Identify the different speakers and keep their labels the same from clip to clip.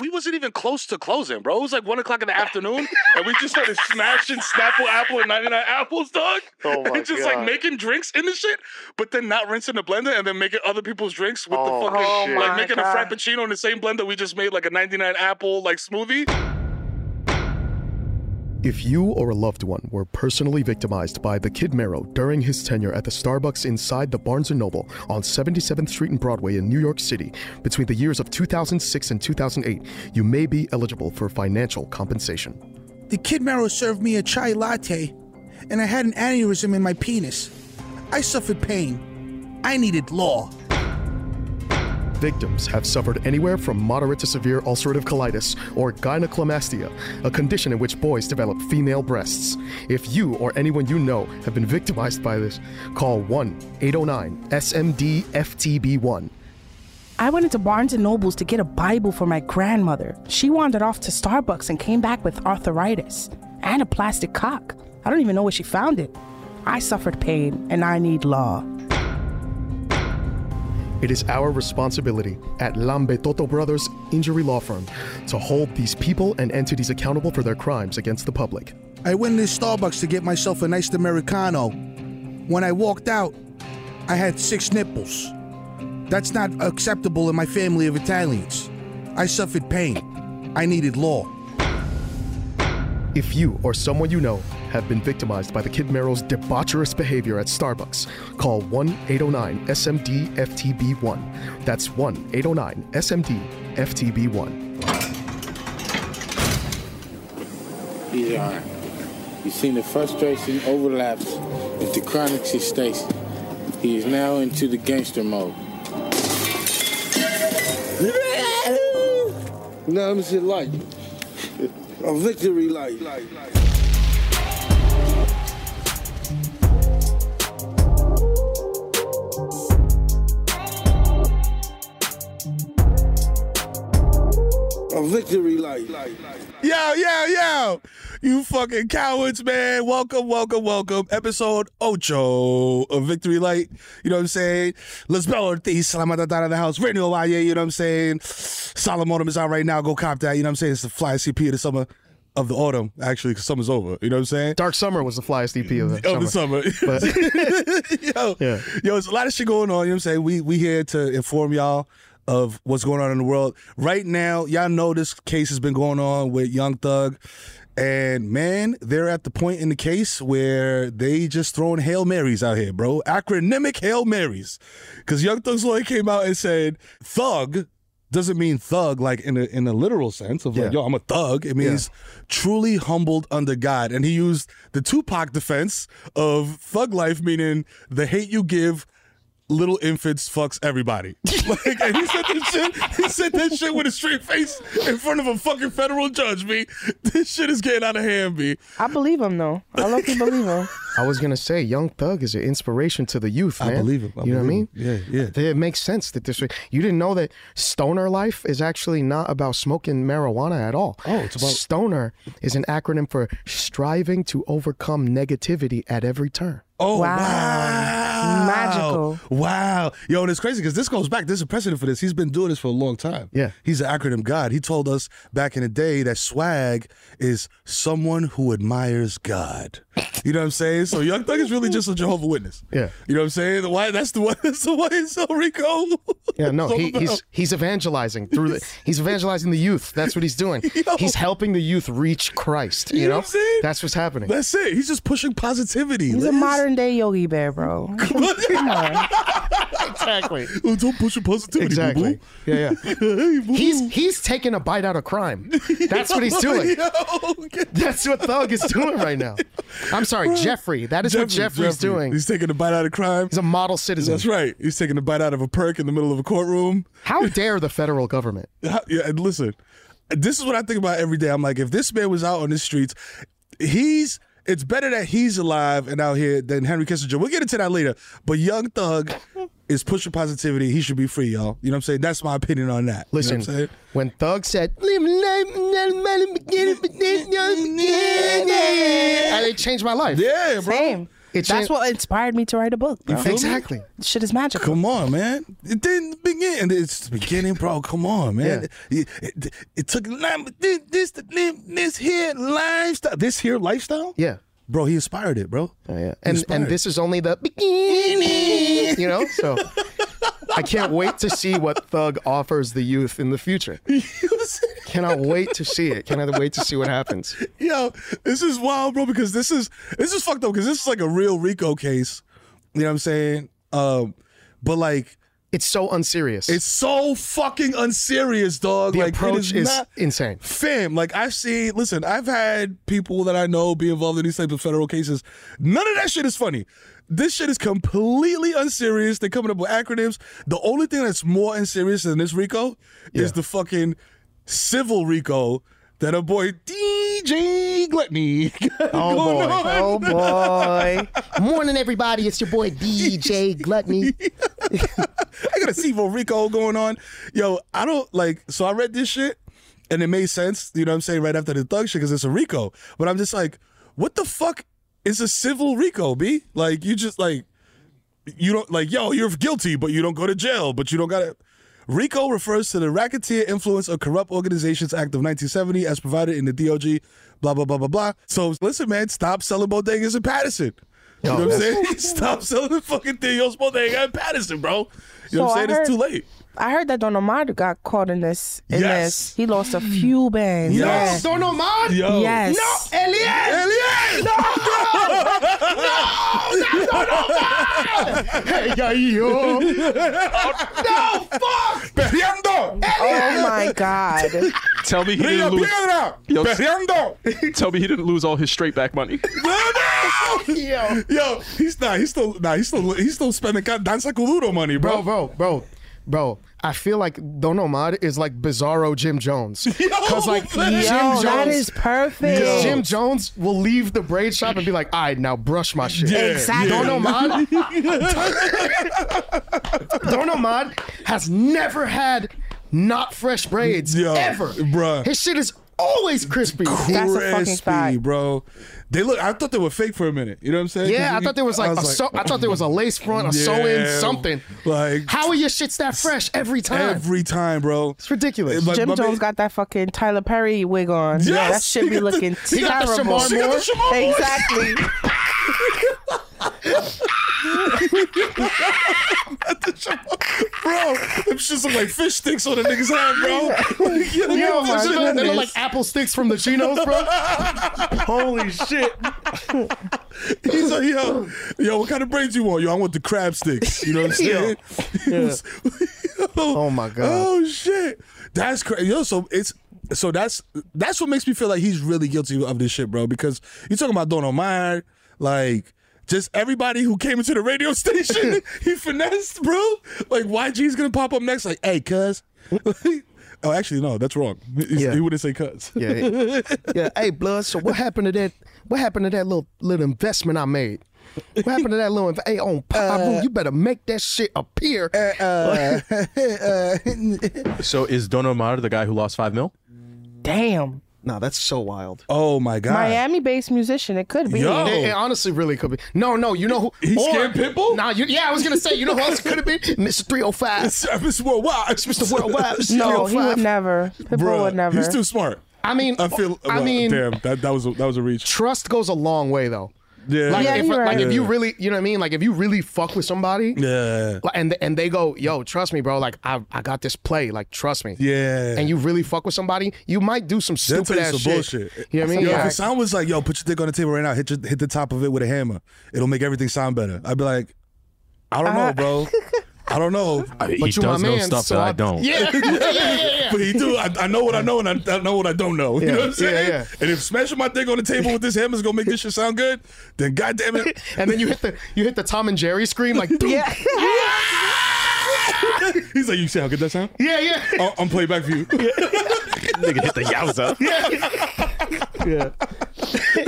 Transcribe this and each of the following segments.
Speaker 1: we wasn't even close to closing, bro. It was like one o'clock in the afternoon, and we just started smashing Snapple Apple and 99 apples, dog.
Speaker 2: Oh my
Speaker 1: and just
Speaker 2: God.
Speaker 1: like making drinks in the shit, but then not rinsing the blender and then making other people's drinks with
Speaker 2: Oh,
Speaker 1: the fucking
Speaker 2: Oh shit.
Speaker 1: like
Speaker 2: my
Speaker 1: making a
Speaker 2: God.
Speaker 1: frappuccino in the same blender we just made like a 99 apple like smoothie.
Speaker 3: If you or a loved one were personally victimized by the Kid Marrow during his tenure at the Starbucks inside the Barnes & Noble on 77th Street and Broadway in New York City between the years of 2006 and 2008, you may be eligible for financial compensation.
Speaker 4: The Kid Marrow served me a chai latte, and I had an aneurysm in my penis. I suffered pain. I needed law.
Speaker 3: Victims have suffered anywhere from moderate to severe ulcerative colitis or gynecomastia, a condition in which boys develop female breasts. If you or anyone you know have been victimized by this, call 1-809-SMD-FTB1.
Speaker 5: I went into Barnes and Nobles to get a Bible for my grandmother. She wandered off to Starbucks and came back with arthritis and a plastic cock. I don't even know where she found it. I suffered pain and I need law.
Speaker 3: It is our responsibility at Lambe Toto Brothers Injury Law Firm to hold these people and entities accountable for their crimes against the public.
Speaker 4: I went into Starbucks to get myself a nice Americano. When I walked out, I had six nipples. That's not acceptable in my family of Italians. I suffered pain. I needed law.
Speaker 3: If you or someone you know have been victimized by the Kid Merrill's debaucherous behavior at Starbucks, call oh 1 809 SMD FTB1. That's oh 1 809 SMD FTB1.
Speaker 6: Eon. You seen the frustration overlaps into chronic gestation. He is now into the gangster mode.
Speaker 7: No, I'm just like a victory light. A victory light.
Speaker 1: Yo, yo, yo. You fucking cowards, man. Welcome, welcome, welcome. Episode Ocho of Victory Light. You know what I'm saying? Let's bellow the Salamat out of the house. Radio YA, you know what I'm saying? Solomon is out right now. Go cop that. You know what I'm saying? It's the fly CP of the summer of the autumn, actually, because summer's over. You know what I'm saying?
Speaker 3: Dark Summer was the flyest EP of the
Speaker 1: Of the summer. yo,
Speaker 3: Yeah.
Speaker 1: yo, it's a lot of shit going on. You know what I'm saying? We we here to inform y'all of what's going on in the world. Right now, y'all know this case has been going on with Young Thug. And man, they're at the point in the case where they just throwing Hail Marys out here, bro. Acronymic Hail Marys. Cause Young Thug's lawyer came out and said, Thug doesn't mean thug like in a in a literal sense of like,
Speaker 3: Yeah.
Speaker 1: yo, I'm a thug. It means truly humbled under God. And he used the Tupac defense of thug life, meaning the hate you give little infants fucks everybody. Like, and he said that shit. He said that shit with a straight face in front of a fucking federal judge. Me, this shit is getting out of hand. Me,
Speaker 5: I believe him though. I low believe him.
Speaker 3: I was gonna say, Young Thug is an inspiration to the youth,
Speaker 1: I
Speaker 3: man.
Speaker 1: believe it. I
Speaker 3: you know what I mean?
Speaker 1: believe it. Yeah, yeah.
Speaker 3: Th- It makes sense that this. You didn't know that stoner life is actually not about smoking marijuana at all.
Speaker 1: Oh, it's about-
Speaker 3: stoner is an acronym for striving to overcome negativity at every turn.
Speaker 1: Oh
Speaker 5: Wow.
Speaker 1: wow.
Speaker 5: Magical.
Speaker 1: Wow. Yo, and it's crazy because this goes back. There's a precedent for this. He's been doing this for a long time.
Speaker 3: Yeah.
Speaker 1: He's an acronym god. He told us back in the day that swag is someone who admires God. You know what I'm saying? So Young Thug is really just a Jehovah Witness.
Speaker 3: Yeah.
Speaker 1: You know what I'm saying? Why that's the one that's the one in El Rico.
Speaker 3: Yeah, no,
Speaker 1: It's all
Speaker 3: he,
Speaker 1: about.
Speaker 3: he's he's evangelizing through the, he's evangelizing the youth. That's what he's doing. He's helping the youth reach Christ. You,
Speaker 1: You know what I'm saying?
Speaker 3: that's what's happening.
Speaker 1: That's it. He's just pushing positivity.
Speaker 5: He's a
Speaker 1: Liz.
Speaker 5: modern day yogi bear, bro. Come on.
Speaker 3: exactly.
Speaker 1: Oh, Don't push your positivity.
Speaker 3: Exactly.
Speaker 1: boo-boo.
Speaker 3: Yeah, yeah.
Speaker 1: Hey, boo-boo.
Speaker 3: He's he's taking a bite out of crime. That's what he's doing.
Speaker 1: Yo, get-
Speaker 3: That's what Thug is doing right now. I'm sorry, Jeffrey. That is what
Speaker 1: Jeffrey,
Speaker 3: Jeffrey's
Speaker 1: Jeffrey.
Speaker 3: doing.
Speaker 1: He's taking a bite out of crime.
Speaker 3: He's a model citizen.
Speaker 1: That's right. He's taking a bite out of a perk in the middle of a courtroom.
Speaker 3: How dare the federal government?
Speaker 1: How- Yeah, and listen, this is what I think about every day. I'm like, if this man was out on the streets, he's. It's better that he's alive and out here than Henry Kissinger. We'll get into that later. But Young Thug is pushing positivity. He should be free, y'all. You know what I'm saying? That's my opinion on that.
Speaker 3: Listen,
Speaker 1: you know what I'm saying?
Speaker 3: when Thug said, "Live life, not about the beginning, but there's no beginning," and it changed my life.
Speaker 1: Yeah, bro.
Speaker 5: Same.
Speaker 3: It
Speaker 5: That's
Speaker 3: changed-
Speaker 5: what inspired me to write a book, bro.
Speaker 3: Exactly.
Speaker 5: Shit is magical.
Speaker 1: Come on, man. It didn't begin. and It's the beginning, bro. Come on, man. It, it, it took nine- this, this, this here lifestyle. This here lifestyle?
Speaker 3: Yeah. Oh,
Speaker 1: Bro, he inspired it, bro.
Speaker 3: Yeah. And and this is only the beginning, you know? So I can't wait to see what Thug offers the youth in the future. Cannot wait to see it. Cannot wait to see what happens.
Speaker 1: Yo, this is wild, bro, because this is this is fucked up because this is like a real Rico case. You know what I'm saying? Um, but like
Speaker 3: It's so unserious.
Speaker 1: it's so fucking unserious, dog.
Speaker 3: the
Speaker 1: like it
Speaker 3: approach is
Speaker 1: not-
Speaker 3: insane.
Speaker 1: Fam, like I've seen, listen, I've had people that I know be involved in these types of federal cases. None of that shit is funny. This shit is completely unserious. They're coming up with acronyms. The only thing that's more unserious than this Rico is the fucking civil Rico that a boy DJ Gluttony. got
Speaker 3: Oh
Speaker 1: going
Speaker 3: boy.
Speaker 1: on.
Speaker 3: Oh boy. Morning everybody. It's your boy DJ Gluttony.
Speaker 1: I got a Sivo Rico going on. Yo, I don't like, so I read this shit and it made sense, you know what I'm saying, right after the thug shit because it's a Rico. But I'm just like, what the fuck is a civil Rico, B? Like, you just like, you don't, like, yo, you're guilty, but you don't go to jail, but you don't gotta. RICO refers to the Racketeer Influence of Corrupt Organizations Act of 1970 as provided in the DOG, blah, blah, blah, blah, blah. So listen, man, stop selling bodegas in Patterson. You know what I'm saying? Stop selling the fucking thing, yo, bodega in Patterson, bro. You know what
Speaker 5: So I
Speaker 1: I'm saying? It's too
Speaker 5: heard-
Speaker 1: late.
Speaker 5: I heard that Don Omar got caught in this. In
Speaker 1: Yes.
Speaker 5: this. He lost a few bands.
Speaker 1: Yes.
Speaker 3: Don't know mine.
Speaker 1: Yo.
Speaker 5: Yes.
Speaker 3: No, Elias.
Speaker 1: Elias!
Speaker 3: Hey, yo, yo.
Speaker 1: Oh, Perreando!
Speaker 5: Oh my God.
Speaker 2: Tell me he
Speaker 1: Rio
Speaker 2: didn't lose.
Speaker 1: Piedra!
Speaker 2: Yo,
Speaker 1: Perreando!
Speaker 2: Tell me he didn't lose all his straight back money.
Speaker 1: Yo. Yo, he's not. He's still. Nah, he's still. He's still spending ca- danza coludo money,
Speaker 3: bro,
Speaker 1: bro.
Speaker 3: bro, bro, bro. I feel like Don Omar is like Bizarro Jim Jones. Because like
Speaker 1: Yo,
Speaker 3: Jim
Speaker 5: Yo,
Speaker 3: Jones,
Speaker 5: that is perfect.
Speaker 3: 'cause Jim Jones will leave the braid shop and be like, "All right, now brush my shit."
Speaker 1: Yeah,
Speaker 5: Exactly.
Speaker 3: Don Omar, Don Omar has never had not fresh braids
Speaker 1: Yo,
Speaker 3: ever,
Speaker 1: bruh.
Speaker 3: His shit is always crispy.
Speaker 5: That's a fucking
Speaker 1: Crispy,
Speaker 5: fact.
Speaker 1: bro. They look. I thought they were fake for a minute. You know what I'm saying?
Speaker 3: Yeah,
Speaker 1: 'Cause
Speaker 3: I
Speaker 1: you-
Speaker 3: thought there was like,
Speaker 1: I
Speaker 3: a sew- I thought there was a lace front, a sew in,
Speaker 1: Yeah,
Speaker 3: something.
Speaker 1: like-
Speaker 3: how are your shits that fresh every time?
Speaker 1: every time, bro.
Speaker 3: it's ridiculous.
Speaker 1: Like,
Speaker 5: Jim
Speaker 1: my
Speaker 5: Jones
Speaker 1: man-
Speaker 5: got that fucking Tyler Perry wig on.
Speaker 1: Yes,
Speaker 5: that should
Speaker 1: he
Speaker 5: be
Speaker 1: got the-
Speaker 5: looking
Speaker 1: he got the
Speaker 5: terrible.
Speaker 1: Shamar She got the Moore. Shamar Moore.
Speaker 5: exactly.
Speaker 1: bro. Them shits look like fish sticks on a nigga's head, bro. Like, yo,
Speaker 3: Yo,
Speaker 1: yo,
Speaker 3: my
Speaker 1: shit
Speaker 3: goodness.
Speaker 1: look-
Speaker 3: They look like apple sticks from the Chinos, bro. Holy shit.
Speaker 1: He's like, yo, yo, what kind of braids you want? Yo, I want the crab sticks. You know what I'm saying?
Speaker 3: Oh, my God.
Speaker 1: Oh shit, that's crazy. Yo, so it's so that's that's what makes me feel like he's really guilty of this shit, bro. Because you're talking about Don Omar, like. Just everybody who came into the radio station, he finessed, bro. Like YG's gonna pop up next, like, hey, cuz. oh, actually, no, that's wrong. He-
Speaker 3: Yeah.
Speaker 1: He wouldn't say cuz.
Speaker 3: Yeah. Yeah. Hey, blood. So what happened to that? What happened to that little little investment I made? What happened to that little inv- hey on
Speaker 5: Uh,
Speaker 3: Pabu? you better make that shit appear.
Speaker 5: uh,
Speaker 2: So is Don Omar the guy who lost five mil?
Speaker 5: Damn.
Speaker 3: Nah, that's so wild.
Speaker 1: Oh my god.
Speaker 5: Miami-based musician. It could be.
Speaker 3: It, it honestly really could be. No, no, you know who?
Speaker 1: He
Speaker 3: or-
Speaker 1: scammed Pitbull?
Speaker 3: Nah, you, yeah, I was gonna say, you know who else it could have been? oh Mr. 305.
Speaker 1: It's, it's worldwide. It's
Speaker 3: Mr. Worldwide. Mr.
Speaker 5: No, he
Speaker 3: 305.
Speaker 5: would never. Pitbull
Speaker 1: Bruh,
Speaker 5: would never.
Speaker 1: He's too smart.
Speaker 3: I mean,
Speaker 1: I feel.
Speaker 3: I
Speaker 1: well,
Speaker 3: mean,
Speaker 1: damn, that, that was a, that was a reach.
Speaker 3: trust goes a long way though.
Speaker 1: Yeah.
Speaker 3: Like,
Speaker 5: Yeah,
Speaker 3: if,
Speaker 5: you're
Speaker 3: like
Speaker 5: right.
Speaker 3: if you really, you know what I mean? Like if you really fuck with somebody,
Speaker 1: Yeah.
Speaker 3: like, and and they go, yo, trust me, bro. Like I, I got this play. Like trust me.
Speaker 1: Yeah.
Speaker 3: And you really fuck with somebody, you might do some
Speaker 1: They'll
Speaker 3: stupid
Speaker 1: tell you
Speaker 3: ass
Speaker 1: some
Speaker 3: shit.
Speaker 1: bullshit.
Speaker 3: You know what I mean?
Speaker 1: Yo,
Speaker 3: Yeah.
Speaker 1: if it sound was like, yo, put your dick on the table right now. Hit your, hit the top of it with a hammer. It'll make everything sound better. I'd be like, I don't know, bro.
Speaker 3: Uh-huh.
Speaker 1: I don't know.
Speaker 3: But you
Speaker 2: he does
Speaker 3: my
Speaker 2: know
Speaker 3: man,
Speaker 2: stuff
Speaker 3: so
Speaker 2: that I,
Speaker 3: I-
Speaker 2: don't.
Speaker 3: Yeah. yeah, yeah, yeah, yeah.
Speaker 1: But he do. I, I know what I know, and I, I know what I don't know. You
Speaker 3: Yeah,
Speaker 1: know what I'm
Speaker 3: yeah,
Speaker 1: saying?
Speaker 3: yeah.
Speaker 1: And if smashing my dick on the table with this hammer is gonna make this shit sound good, then goddamn it,
Speaker 3: And then you hit the you hit the Tom and Jerry scream like, "Dude."
Speaker 5: yeah.
Speaker 1: he's like, you see how good that sound?
Speaker 3: yeah, yeah.
Speaker 1: I'll, Oh, I'm playback for you.
Speaker 2: Nigga hit the yowza.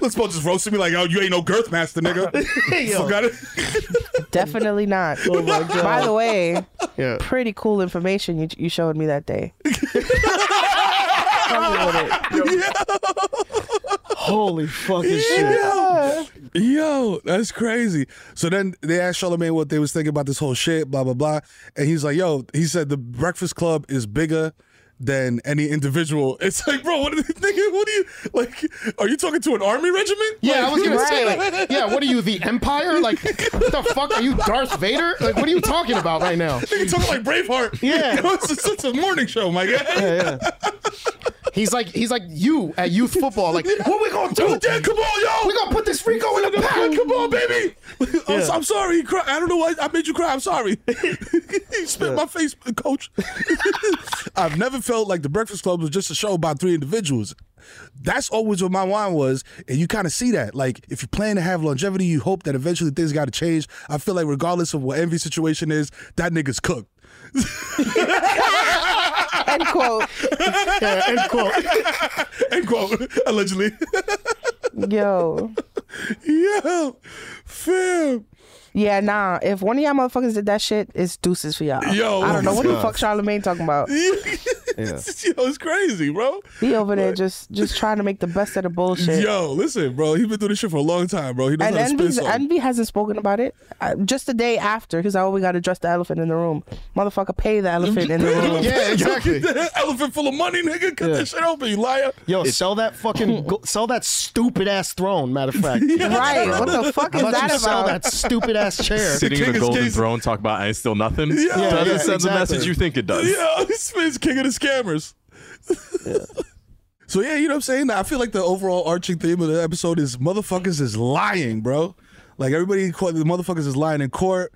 Speaker 1: Let's both just roasting me like, oh, you ain't no girth master, nigga. Forgot it.
Speaker 5: Definitely not. By the way,
Speaker 3: Yeah.
Speaker 5: pretty cool information you, you showed me that day.
Speaker 3: Holy fucking shit.
Speaker 1: Yo, yo, that's crazy. So then they asked Charlemagne what they was thinking about this whole shit, blah blah blah, and he's like, "Yo," he said, "The Breakfast Club is bigger than any individual." It's like, bro, what are you thinking? What are you like? Are you talking to an army regiment?
Speaker 3: Yeah, I was gonna say,
Speaker 5: Right.
Speaker 3: like, yeah, what are you, the Empire? Like, what the fuck are you, Darth Vader? Like, what are you talking about right now?
Speaker 1: Nigga talking like Braveheart.
Speaker 3: Yeah.
Speaker 1: You know, it's, it's, it's a morning show, my guy.
Speaker 3: He's like, he's like you at youth football. Like, what we gonna do?
Speaker 1: Oh, damn, come on, yo.
Speaker 3: We gonna put this Rico in the pack?
Speaker 1: Come on, baby. I'm, so- I'm sorry. He cried. I don't know why I made you cry. I'm sorry. he spit in my face, coach. I've never felt like The Breakfast Club was just a show about three individuals. That's always what my wine was. And you kind of see that. Like, if you plan to have longevity, you hope that eventually things got to change. I feel like, regardless of what envy situation is, that nigga's cooked.
Speaker 5: End quote.
Speaker 3: Yeah, end quote.
Speaker 1: End quote, allegedly.
Speaker 5: Yo.
Speaker 1: yeah, fam.
Speaker 5: Yeah, nah. If one of y'all motherfuckers did that shit, it's deuces for y'all.
Speaker 1: Yo.
Speaker 5: I don't know what the fuck Charlemagne talking about.
Speaker 1: Yo, it's crazy, bro.
Speaker 5: He over there just just trying to make the best of the bullshit.
Speaker 1: Yo, listen, bro. He been doing this shit for a long time, bro. He knows
Speaker 5: And
Speaker 1: how to spin
Speaker 5: Envy's,
Speaker 1: something.
Speaker 5: Envy hasn't spoken about it. Uh, just the day after, because I always got to address the elephant in the room. Motherfucker, pay the elephant in the room.
Speaker 3: Yeah, exactly.
Speaker 1: Get that elephant full of money, nigga. Cut that shit open, you liar.
Speaker 3: Yo, sell that fucking, go, sell that stupid ass throne. Matter of fact,
Speaker 5: Right. What the fuck
Speaker 3: How
Speaker 5: is
Speaker 3: about
Speaker 5: that
Speaker 3: you sell
Speaker 5: about?
Speaker 3: that stupid ass chair?
Speaker 2: Sitting
Speaker 1: The
Speaker 2: in
Speaker 1: king
Speaker 2: the
Speaker 1: is
Speaker 2: golden
Speaker 1: Jason.
Speaker 2: throne, talk about I ain't still nothing.
Speaker 1: Yeah. Yeah,
Speaker 2: Doesn't
Speaker 3: yeah,
Speaker 2: send the
Speaker 3: exactly.
Speaker 2: message you think it does.
Speaker 1: Yeah, this man's king of the scammers. So yeah, you know what I'm saying? I feel like the overall arching theme of the episode is motherfuckers is lying, bro. Like everybody in court, the motherfuckers is lying in court,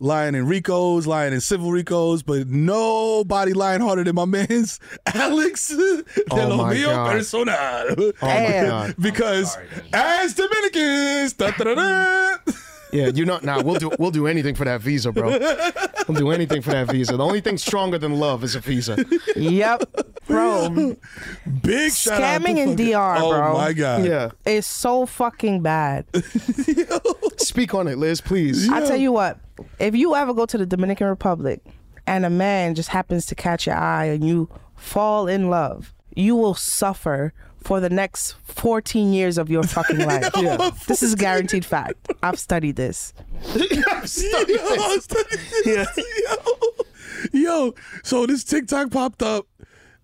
Speaker 1: lying in Ricos, lying in civil Ricos, but nobody lying harder than my man's Alex de lo
Speaker 3: my
Speaker 1: mio
Speaker 3: God.
Speaker 1: personal.
Speaker 5: Damn.
Speaker 3: God.
Speaker 1: because as Dominicans, da, da, da, da.
Speaker 3: Yeah, you're not. Nah, we'll do we'll do anything for that visa, bro. We'll do anything for that visa. The only thing stronger than love is a visa.
Speaker 5: Yep. Bro,
Speaker 1: big shout out to
Speaker 5: Scamming in
Speaker 1: fucking-
Speaker 5: DR,
Speaker 1: oh
Speaker 5: bro.
Speaker 1: my god,
Speaker 3: Yeah.
Speaker 5: it's so fucking bad.
Speaker 3: Speak on it, Liz, please.
Speaker 5: I tell you what, if you ever go to the Dominican Republic and a man just happens to catch your eye and you fall in love, you will suffer for the next 14 years of your fucking life. This is a guaranteed fact. I've studied this.
Speaker 1: yo, yo, yo. So this TikTok popped up,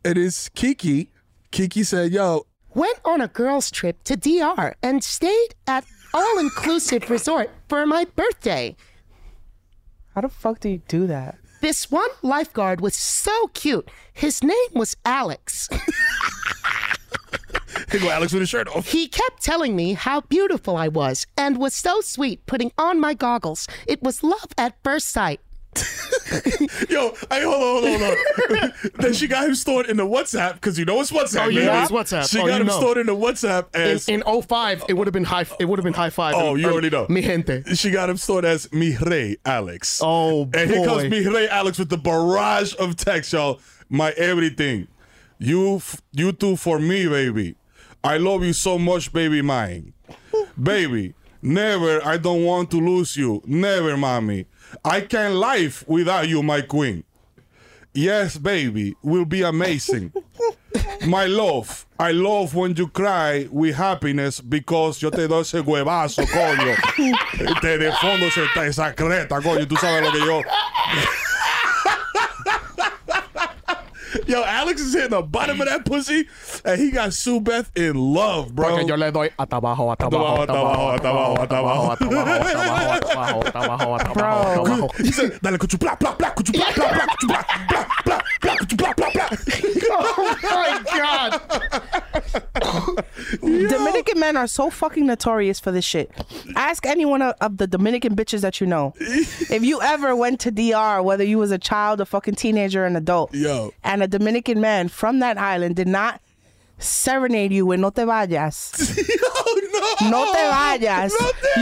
Speaker 1: and it's Kiki. Kiki said, "Yo,
Speaker 8: went on a girls' trip to DR and stayed at all inclusive resort for my birthday.
Speaker 5: How the fuck do you do that?
Speaker 8: This one lifeguard was so cute. His name was Alex.
Speaker 1: here go Alex with his shirt off."
Speaker 8: He kept telling me how beautiful I was and was so sweet putting on my goggles. It was love at first sight.
Speaker 1: Yo, I hold on, hold on, hold on. then she got him stored in the WhatsApp because you know it's WhatsApp.
Speaker 3: Oh, you
Speaker 1: baby.
Speaker 3: know it's WhatsApp.
Speaker 1: She
Speaker 3: Oh,
Speaker 1: got
Speaker 3: you
Speaker 1: him
Speaker 3: know.
Speaker 1: stored in the WhatsApp
Speaker 3: In,
Speaker 1: as.
Speaker 3: in 05, it would have been high. It would have been high five.
Speaker 1: Oh,
Speaker 3: Or-
Speaker 1: you
Speaker 3: or
Speaker 1: already know.
Speaker 3: Mi gente.
Speaker 1: She got him stored as Mi Rey Alex.
Speaker 3: Oh,
Speaker 1: And here comes
Speaker 3: boy.
Speaker 1: Mi Rey Alex with the barrage of text, y'all. My everything. You, f- you two for me, baby. I love you so much, baby mine. baby, Never, I don't want to lose you. Never, mommy. I can't live without you, my queen. Yes, baby, will be amazing. my love, I love when you cry with happiness because yo te doy ese huevazo, coño. Te de fondo se está esa creta, coño. Tú sabes lo que yo.
Speaker 2: Yo, Alex is hitting the bottom of that pussy, and he got Sue Beth in love, bro.
Speaker 3: Porque yo le doy hasta abajo, hasta abajo,
Speaker 2: Abajo,
Speaker 3: hasta
Speaker 2: abajo,
Speaker 3: abajo,
Speaker 2: hasta
Speaker 3: hasta
Speaker 2: abajo,
Speaker 3: abajo,
Speaker 2: hasta abajo.
Speaker 3: hasta abajo, hasta abajo, hasta abajo, hasta abajo, hasta abajo, hasta abajo.
Speaker 1: He said, dale, cuchu, blah, blah, blah, cuchu, blah, blah, blah, cuchu, blah, blah, blah, blah, cuchu, blah, blah, blah.
Speaker 8: oh my god.
Speaker 5: Dominican men are so fucking notorious for this shit. Ask anyone of- of the Dominican bitches that you know. if you ever went to DR, whether you was a child, a fucking teenager, or an adult,
Speaker 1: Yo.
Speaker 5: and a Dominican man from that island did not serenade you with no te vayas. no. te
Speaker 1: Oh,
Speaker 5: vayas.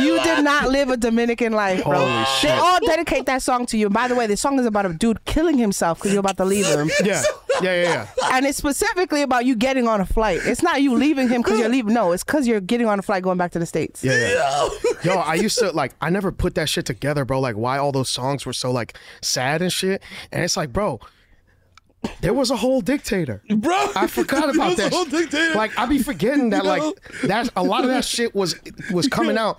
Speaker 5: you did not live a Dominican life, bro.
Speaker 3: Holy shit.
Speaker 5: They all dedicate that song to you. By the way, the song is about a dude killing himself because you're about to leave him.
Speaker 3: Yeah, yeah, yeah, yeah.
Speaker 5: And it's specifically about you getting on a flight. It's not you leaving him because you're leaving. No, it's because you're getting on a flight going back to the States.
Speaker 3: Yeah, yeah. Yo, I used to like I never put that shit together, bro. Like why all those songs were so like sad and shit. And it's like, bro, there was a whole dictator.
Speaker 1: Bro,
Speaker 3: I forgot
Speaker 1: there
Speaker 3: about
Speaker 1: was a
Speaker 3: that.
Speaker 1: whole
Speaker 3: shit.
Speaker 1: dictator.
Speaker 3: Like I be forgetting that
Speaker 1: You
Speaker 3: like
Speaker 1: know?
Speaker 3: that a lot of that shit was was coming out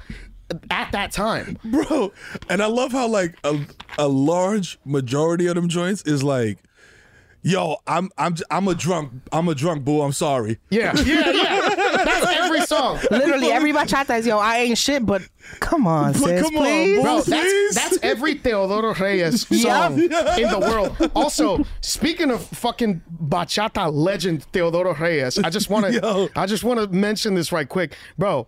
Speaker 3: at that time.
Speaker 1: bro. And I love how like a, a large majority of them joints is like, yo, I'm I'm j- I'm a drunk, I'm a drunk boo. I'm sorry.
Speaker 3: Yeah, yeah, yeah. That's every song.
Speaker 5: Literally, every bachata is yo. I ain't shit, but come on, sis, please.
Speaker 3: bro. That's, that's every Teodoro Reyes song
Speaker 5: Yeah.
Speaker 3: in the world. Also, speaking of fucking bachata legend Teodoro Reyes, I just want to I just want to mention this right quick, bro.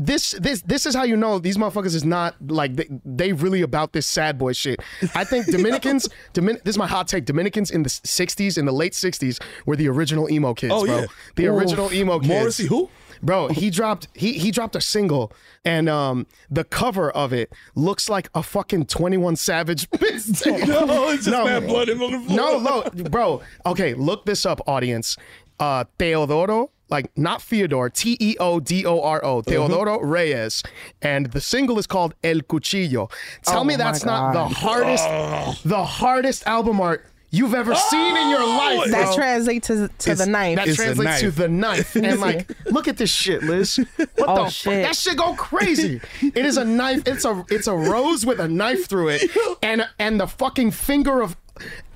Speaker 3: This this this is how you know these motherfuckers is not like they, they really about this sad boy shit. I think Dominicans, Domin- this is my hot take. Dominicans in the '60s, in the late '60s, were the original emo kids,
Speaker 1: Oh,
Speaker 3: bro.
Speaker 1: yeah.
Speaker 3: The
Speaker 1: Oof.
Speaker 3: original emo kids.
Speaker 1: Morrissey who?
Speaker 3: Bro, he dropped he he dropped a single and um the cover of it looks like a fucking 21 Savage mixtape.
Speaker 1: No, it's just mad blood and on the floor.
Speaker 3: No, no, bro. Okay, look this up, audience. Uh Teodoro, like not Theodore, T E O D O R O, Teodoro Reyes. And the single is called El Cuchillo. Tell
Speaker 8: Oh
Speaker 3: me
Speaker 8: my
Speaker 3: that's not the
Speaker 8: God.
Speaker 3: hardest the hardest album art you've ever seen in your life.
Speaker 5: That
Speaker 3: bro.
Speaker 5: translates to, to
Speaker 3: It's-
Speaker 5: the knife.
Speaker 3: That translates to the knife. And like, look at this shit, Liz. What
Speaker 5: Oh,
Speaker 3: the
Speaker 5: shit.
Speaker 3: fuck? That shit go crazy. it is a knife. It's a it's a rose with a knife through it, and and the fucking finger of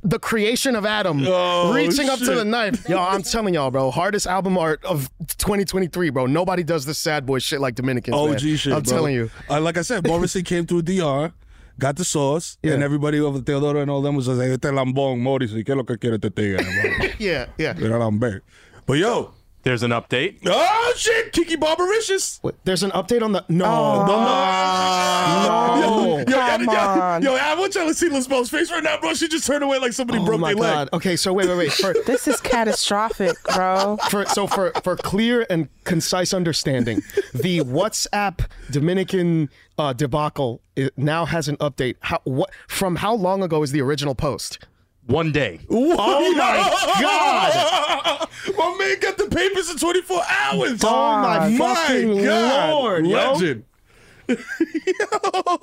Speaker 3: the creation of Adam
Speaker 1: Oh,
Speaker 3: reaching up to
Speaker 1: shit.
Speaker 3: the knife. Yo, I'm telling y'all, bro, hardest album art of 2023, bro. Nobody does this sad boy shit like Dominicans.
Speaker 1: OG
Speaker 3: man.
Speaker 1: shit.
Speaker 3: I'm
Speaker 1: bro.
Speaker 3: telling you.
Speaker 1: Uh, like I said, Morrissey came through DR, got the sauce, and everybody over Teodoro and all them was just like, este lambón, Morrissey, ¿qué es lo que quiere este tigre? bro?"
Speaker 3: Yeah, yeah.
Speaker 1: Era lambé. But yo,
Speaker 2: There's an update.
Speaker 1: oh shit, Kiki Barbaricious.
Speaker 3: There's an update on the no,
Speaker 1: Oh,
Speaker 3: Oh
Speaker 1: no,
Speaker 3: Ah. no,
Speaker 1: Yo, yo,
Speaker 3: Come
Speaker 1: yo,
Speaker 3: on.
Speaker 1: yo, I want y'all to see Lil Spell's face right now, bro. She just turned away like somebody broke
Speaker 3: Oh my
Speaker 1: their leg.
Speaker 3: god. Okay, so wait, wait, wait. For,
Speaker 5: This is catastrophic, bro.
Speaker 3: for so for for clear and concise understanding, the WhatsApp Dominican uh, debacle it now has an update. How what from how long ago is the original post?
Speaker 2: One day.
Speaker 3: Oh my god!
Speaker 1: My man got the papers in 24 hours.
Speaker 3: Oh my fucking
Speaker 1: God.
Speaker 3: lord, yo.
Speaker 1: Legend.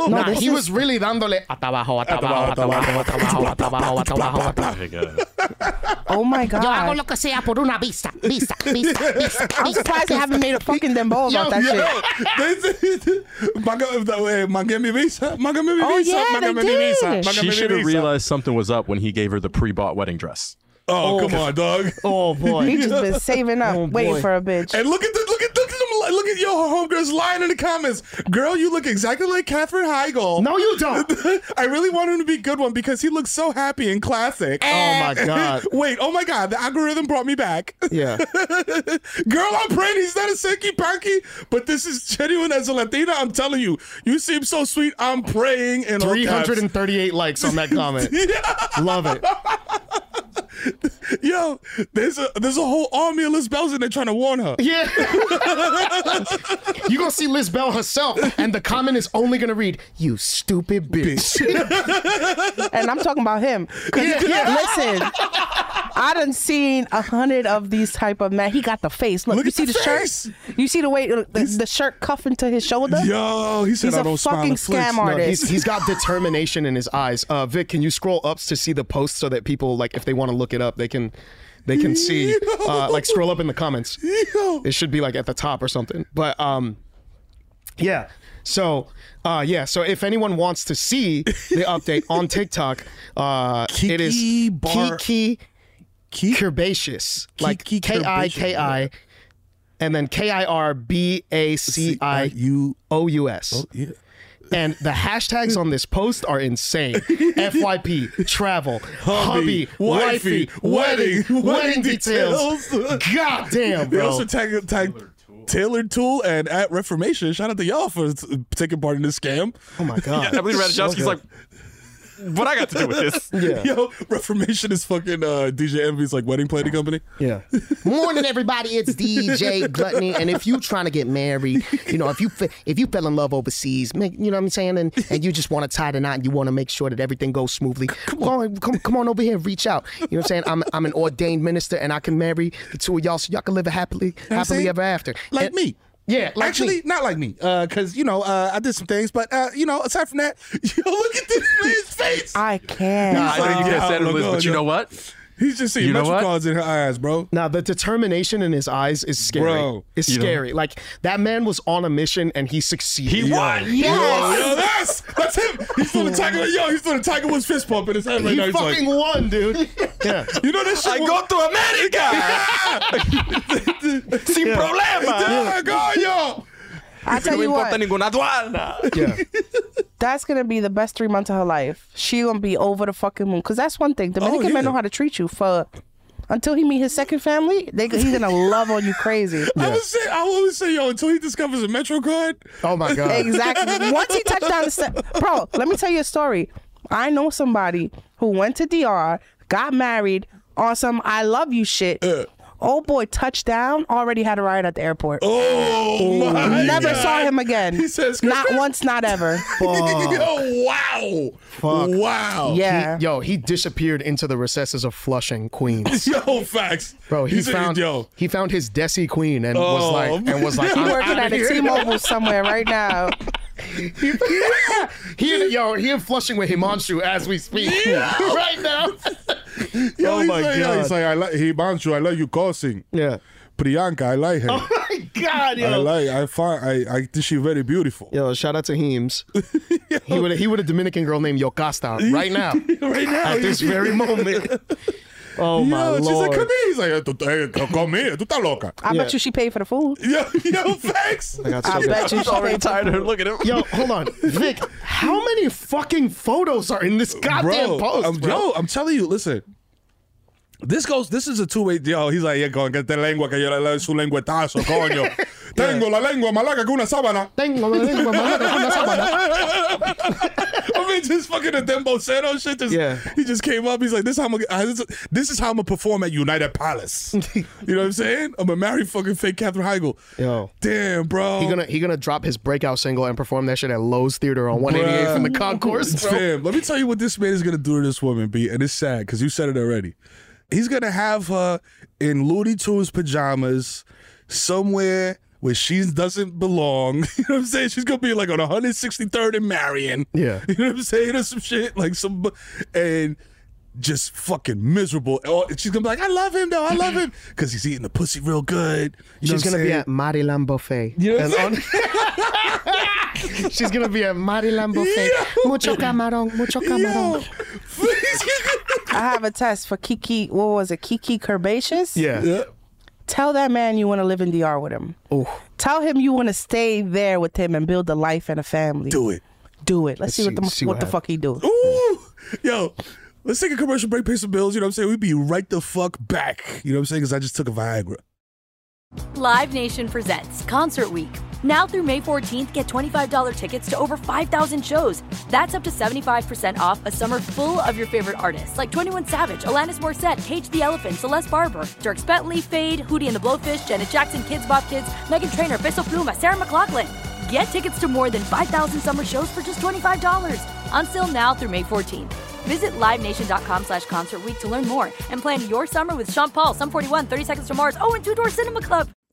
Speaker 3: Nah,
Speaker 5: this
Speaker 3: he
Speaker 5: is-
Speaker 3: was really dándole atabajo, atabajo, atabajo, atabajo, atabajo, atabajo, atabajo.
Speaker 5: Oh my
Speaker 8: Yo hago
Speaker 5: god.
Speaker 8: lo que sea por una vista, vista, vista, vista.
Speaker 5: I'm surprised they haven't made a fucking dembo about that shit.
Speaker 1: uh, Mangami visa, mangami visa,
Speaker 5: Oh, yeah, they
Speaker 1: mangami
Speaker 5: did.
Speaker 1: visa,
Speaker 2: She
Speaker 1: mangami
Speaker 2: should have
Speaker 1: visa.
Speaker 2: realized something was up when he gave her the pre-bought wedding dress.
Speaker 1: Oh, come on, dog.
Speaker 3: Oh boy.
Speaker 5: He just been saving
Speaker 3: Oh,
Speaker 5: up, waiting for a bitch.
Speaker 1: And look at the look at look at them look at yo her homegirls lying in the comments. Girl, you look exactly like Katherine Heigl.
Speaker 3: No, you don't.
Speaker 1: I really want him to be a good one because he looks so happy and classic.
Speaker 3: Oh my god.
Speaker 1: Wait, oh my god, the algorithm brought me back.
Speaker 3: Yeah.
Speaker 1: Girl, I'm praying he's not a Seki Panky, but this is genuine as a Latina. I'm telling you, you seem so sweet. I'm praying and
Speaker 3: 338 likes on that comment. Love it.
Speaker 1: Yo, there's a there's a whole army of Liz Bells in there trying to warn her.
Speaker 3: Yeah. you gonna see Liz Bell herself, and the comment is only gonna read, "You stupid bitch."
Speaker 5: And I'm talking about him. 'Cause- Listen, I done seen a hundred of these type of men. He got the face. Look,
Speaker 9: Look
Speaker 5: you
Speaker 9: at
Speaker 5: see
Speaker 9: the
Speaker 5: the,
Speaker 9: face.
Speaker 5: shirt? You see the way the, the shirt cuffing to his shoulder?
Speaker 9: Yo, he said,
Speaker 5: he's
Speaker 9: "I
Speaker 5: a
Speaker 9: don't smile
Speaker 5: fucking
Speaker 9: at flicks."
Speaker 5: scam
Speaker 9: No,
Speaker 5: artist.
Speaker 3: he's, he's got determination in his eyes. Uh, Vic, can you scroll up to see the post so that people like if they want to look it up, they can they can see uh, like scroll up in the comments. It should be like at the top or something. But um, yeah. So uh, yeah. So if anyone wants to see the update on TikTok, uh, it is
Speaker 9: Bar-
Speaker 3: Kiki Kirbaceous, like
Speaker 9: Kiki
Speaker 3: K I K I. And then K I R B A C I U O U
Speaker 9: Oh,
Speaker 3: S. And the hashtags on this post are insane. FYP, travel, hubby, wifey, wedding, wedding details. God damn,
Speaker 1: They
Speaker 3: bro.
Speaker 1: also tag, tag Taylor Tool and at Reformation. Shout out to y'all for t- taking part in this scam. Oh my
Speaker 2: Yeah, I believe Radishowski's like, what I got to do with this?
Speaker 1: Yo, Reformation is fucking uh, DJ Envy's like wedding planning company.
Speaker 3: Yeah.
Speaker 10: Morning, everybody. It's DJ Gluttony, and if you trying to get married, you know, if you fe- if you fell in love overseas, make, you know what I'm saying, and, and you just want to tie the knot, and you want to make sure that everything goes smoothly. Come on, come, come on over here, and reach out. You know what I'm saying? I'm I'm an ordained minister, and I can marry the two of y'all, so y'all can live a happily
Speaker 1: You know what I'm
Speaker 10: happily
Speaker 1: saying?
Speaker 10: ever after.
Speaker 1: Like
Speaker 10: And-
Speaker 1: me.
Speaker 10: Yeah, like
Speaker 1: Actually,
Speaker 10: me.
Speaker 1: not like me, because you know uh, I did some things, but uh, you know, aside from that, yo, look at this man's face.
Speaker 5: I can't.
Speaker 2: Nah, I know you can't stand on this, but you know what?
Speaker 1: He's just
Speaker 2: You
Speaker 1: seeing
Speaker 2: know what?
Speaker 1: Metricons in her eyes, bro.
Speaker 3: Now the determination in his eyes is scary.
Speaker 1: Bro.
Speaker 3: it's
Speaker 1: You know?
Speaker 3: scary. Like that man was on a mission and he succeeded.
Speaker 2: He won.
Speaker 3: Yo.
Speaker 2: He
Speaker 1: Yo, yo, that's that's him. He's doing the Tiger. Yo, he's doing the Tiger Woods fist pump in his head right
Speaker 3: He
Speaker 1: now. He's
Speaker 3: fucking
Speaker 1: like,
Speaker 3: won, dude. Yeah.
Speaker 1: you know this shit.
Speaker 2: I go to America. Sin problema.
Speaker 1: Yeah, God, yo.
Speaker 5: I tell
Speaker 2: no
Speaker 5: you
Speaker 2: importa
Speaker 5: what,
Speaker 2: ninguna aduana.
Speaker 5: that's gonna be the best three months of her life. She gonna be over the fucking moon. Cause that's one
Speaker 9: Oh,
Speaker 5: thing. Dominican men know how to treat you for until he meet his second family, they he's gonna love on you crazy.
Speaker 1: I would say, I would always say, yo, until he discovers a Metro card.
Speaker 3: Oh my
Speaker 5: Exactly. Once he touched down the step, bro. Let me tell you a story. I know somebody who went to DR, got married on some "I love you" shit. Oh boy, touchdown! Already had a ride at the airport.
Speaker 1: Oh my
Speaker 5: Never
Speaker 1: God.
Speaker 5: saw him again.
Speaker 1: He says,
Speaker 5: not once, not ever.
Speaker 1: yo, wow.
Speaker 3: Fuck.
Speaker 1: Wow.
Speaker 5: Yeah.
Speaker 3: He- yo, he disappeared into the recesses of Flushing, Queens.
Speaker 1: Yo, facts.
Speaker 3: Bro, he
Speaker 1: He's a-
Speaker 3: found
Speaker 1: yo.
Speaker 3: he found his Desi Queen and was
Speaker 1: Oh,
Speaker 3: like and was like
Speaker 5: He
Speaker 3: I'm
Speaker 5: working
Speaker 3: outta
Speaker 5: at a
Speaker 3: here.
Speaker 5: T-Mobile somewhere right now.
Speaker 3: He in, yo, he in Flushing with Himanshu as we speak right now.
Speaker 1: Yo,
Speaker 11: oh
Speaker 1: he's
Speaker 11: my
Speaker 1: like,
Speaker 11: god.
Speaker 1: yo,
Speaker 11: He's
Speaker 1: he's
Speaker 11: like, I like he bounced you. I like you causing.
Speaker 3: Yeah.
Speaker 11: Priyanka, I like her.
Speaker 3: my God,
Speaker 11: I
Speaker 3: yo.
Speaker 11: like. I find. I. I think she very beautiful.
Speaker 3: Yo, shout out to Heems. He would he would a Dominican girl named Yocasta right now.
Speaker 1: right now.
Speaker 3: at this very moment. Oh my
Speaker 1: Yo, she's like,
Speaker 3: lord.
Speaker 1: come here. He's like, "Tú- eh, come here. Tú estás loca.
Speaker 5: I
Speaker 3: Yeah.
Speaker 5: bet you she paid for the food.
Speaker 1: Yo, yo, facts.
Speaker 3: I got
Speaker 5: I
Speaker 3: so good.
Speaker 5: bet you
Speaker 2: She's
Speaker 5: she
Speaker 2: already
Speaker 5: paid for
Speaker 2: tired
Speaker 5: the
Speaker 2: of her.
Speaker 5: food.
Speaker 2: Look at him.
Speaker 3: Yo, hold on, Vic. How many fucking photos are in this goddamn post,
Speaker 1: I'm,
Speaker 3: bro?
Speaker 1: um, Yo, I'm telling you, listen. This goes. This is a two way. Yo, he's like, yeah, con que te lengua que yo le doy su lengüetazo, coño. Tengo la lengua más larga que una sábana.
Speaker 3: Tengo- tengo-
Speaker 1: I mean, just fucking a Dembo Sano shit. Just,
Speaker 3: Yeah.
Speaker 1: He just came up. He's like, this is how I'm gonna, I- this, is- this is how I'm gonna perform at United Palace. you know what I'm saying? I'm gonna marry fucking fake Catherine Heigl.
Speaker 3: Yo.
Speaker 1: Damn, bro.
Speaker 3: He gonna he gonna drop his breakout single and perform that shit at Lowe's Theater on 188 from the concourse. Bro.
Speaker 1: Fam, let me tell you what this man is gonna do to this woman, B, and it's sad because you said it already. He's gonna have her in Looney Tunes pajamas somewhere where she doesn't belong. You know what I'm saying? She's gonna be like on 163rd and Marion.
Speaker 3: Yeah.
Speaker 1: You know what I'm saying? Or some shit like some, and just fucking miserable. Oh, and she's gonna be like, I love him though. I love him because he's eating the pussy real good. You know
Speaker 3: She's
Speaker 1: what I'm
Speaker 3: gonna be
Speaker 1: saying?
Speaker 3: at Marilam Buffet. And on- She's gonna be at Marilam Buffet. Mucho camarón, mucho
Speaker 1: Yo,
Speaker 3: camarón.
Speaker 5: I have a test for Kiki. What was it? Kiki Kerbaceous.
Speaker 3: Yeah.
Speaker 5: Tell that man you want to live in DR with him.
Speaker 3: Oh,
Speaker 5: Tell him you want to stay there with him and build a life and a family.
Speaker 1: do it.
Speaker 5: Do it. Let's, see, what the
Speaker 3: see
Speaker 5: what,
Speaker 3: what
Speaker 5: the
Speaker 3: happens.
Speaker 5: fuck he do.
Speaker 1: Ooh. Yo, let's take a commercial break, pay some bills. You know what I'm saying? We'd be right the fuck back. You know what I'm saying? Because I just took a Viagra.
Speaker 12: Live Nation presents Concert Week. Now through May 14th, get $25 tickets to over 5,000 shows. That's up to 75% off a summer full of your favorite artists like 21 Savage, Alanis Morissette, Cage the Elephant, Celeste Barber, Dirk Bentley, Fade, Hootie and the Blowfish, Janet Jackson, Kids Bop Kids, Megan Trainor, Bissell Pluma, Sarah McLaughlin. Get tickets to more than 5,000 summer shows for just $25. Until now through May 14th. Visit LiveNation.com slash Concert Week to learn more and plan your summer with Sean Paul, Sum 41, 30 Seconds to Mars, oh, and Two Door Cinema Club.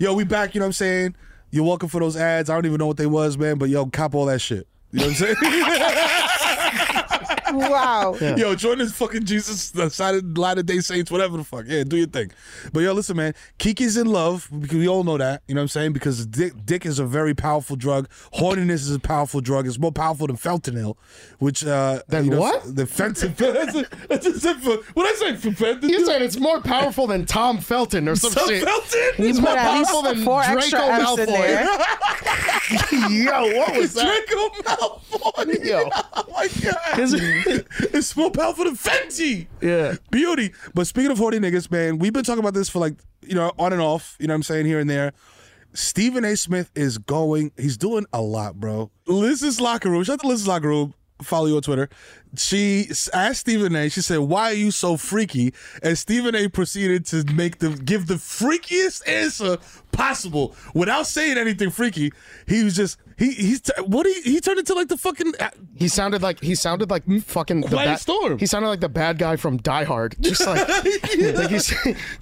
Speaker 1: Yo, we back, you know what I'm saying? You're welcome for those ads. I don't even know what they was, man, but yo, cop all that shit. You know what I'm saying?
Speaker 8: wow.
Speaker 1: Yo, join this fucking Jesus, the side of Latter Day Saints, whatever the fuck. Yeah, do your thing. But yo, listen, man, Kiki's in love because we all know that. You know what I'm saying? Because dick, dick is a very powerful drug. Horniness is a powerful drug. It's more powerful than fentanyl, which uh,
Speaker 3: Than
Speaker 1: you know,
Speaker 3: what?
Speaker 1: The fentanyl. that's a, that's a, simple- what I say, fentanyl.
Speaker 3: You said it's more powerful than Tom Felton or some
Speaker 1: Tom
Speaker 3: shit.
Speaker 1: Felton?
Speaker 3: It's
Speaker 1: You
Speaker 3: more
Speaker 1: put at least
Speaker 3: powerful than
Speaker 1: four
Speaker 3: Draco
Speaker 1: extra Fs in there.
Speaker 3: Malfoy. Yo, what was that?
Speaker 1: Draco Malfoy.
Speaker 3: Yo.
Speaker 1: oh my god. it's more powerful than Fenty.
Speaker 3: Yeah.
Speaker 1: Beauty. But speaking of horny niggas, man, we've been talking about this for like, you know, on and off, you know what I'm saying, here and there. Stephen A. Smith is going, he's doing a lot, bro. Liz's locker room, shout out to Liz's locker room. Follow you on Twitter. She s- asked Stephen A. She said, "Why are you so freaky?" And Stephen A. proceeded to make the give the freakiest answer possible without saying anything freaky. He was just he he's t- what he he turned into like the fucking
Speaker 3: He sounded like he sounded like fucking the
Speaker 1: Quiet
Speaker 3: bad,
Speaker 1: Storm.
Speaker 3: He sounded like the bad guy from Die Hard. Just like, like he's,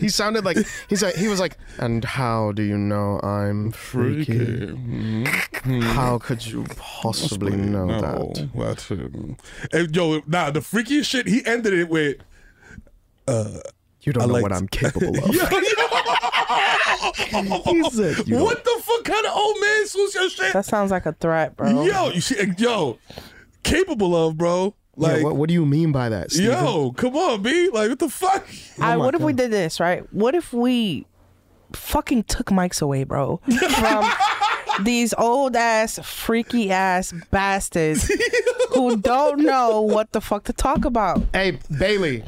Speaker 3: he sounded like he's like, he was like, and how do you know I'm freaky? How
Speaker 1: Mm.
Speaker 3: could you possibly know
Speaker 1: Oh,
Speaker 3: that?
Speaker 1: What? And yo, nah, the freakiest shit. He ended it with. Uh,
Speaker 3: You don't
Speaker 1: I
Speaker 3: know
Speaker 1: like
Speaker 3: what
Speaker 1: to-
Speaker 3: I'm capable of.
Speaker 1: Yo, yo.
Speaker 3: He said you
Speaker 1: what the fuck kind of old man swoosh your shit?
Speaker 5: That sounds like a threat, bro.
Speaker 1: Yo, you see, and yo, capable of, bro.
Speaker 3: Yeah,
Speaker 1: Like,
Speaker 3: what, what do you mean by that? Steven?
Speaker 1: yo, come on, B. Like, what the fuck?
Speaker 3: Oh
Speaker 5: I, what if we did this, right? What if we fucking took mics away, bro? From these old ass, freaky ass bastards who don't know what the fuck to talk about.
Speaker 3: Hey, Bailey,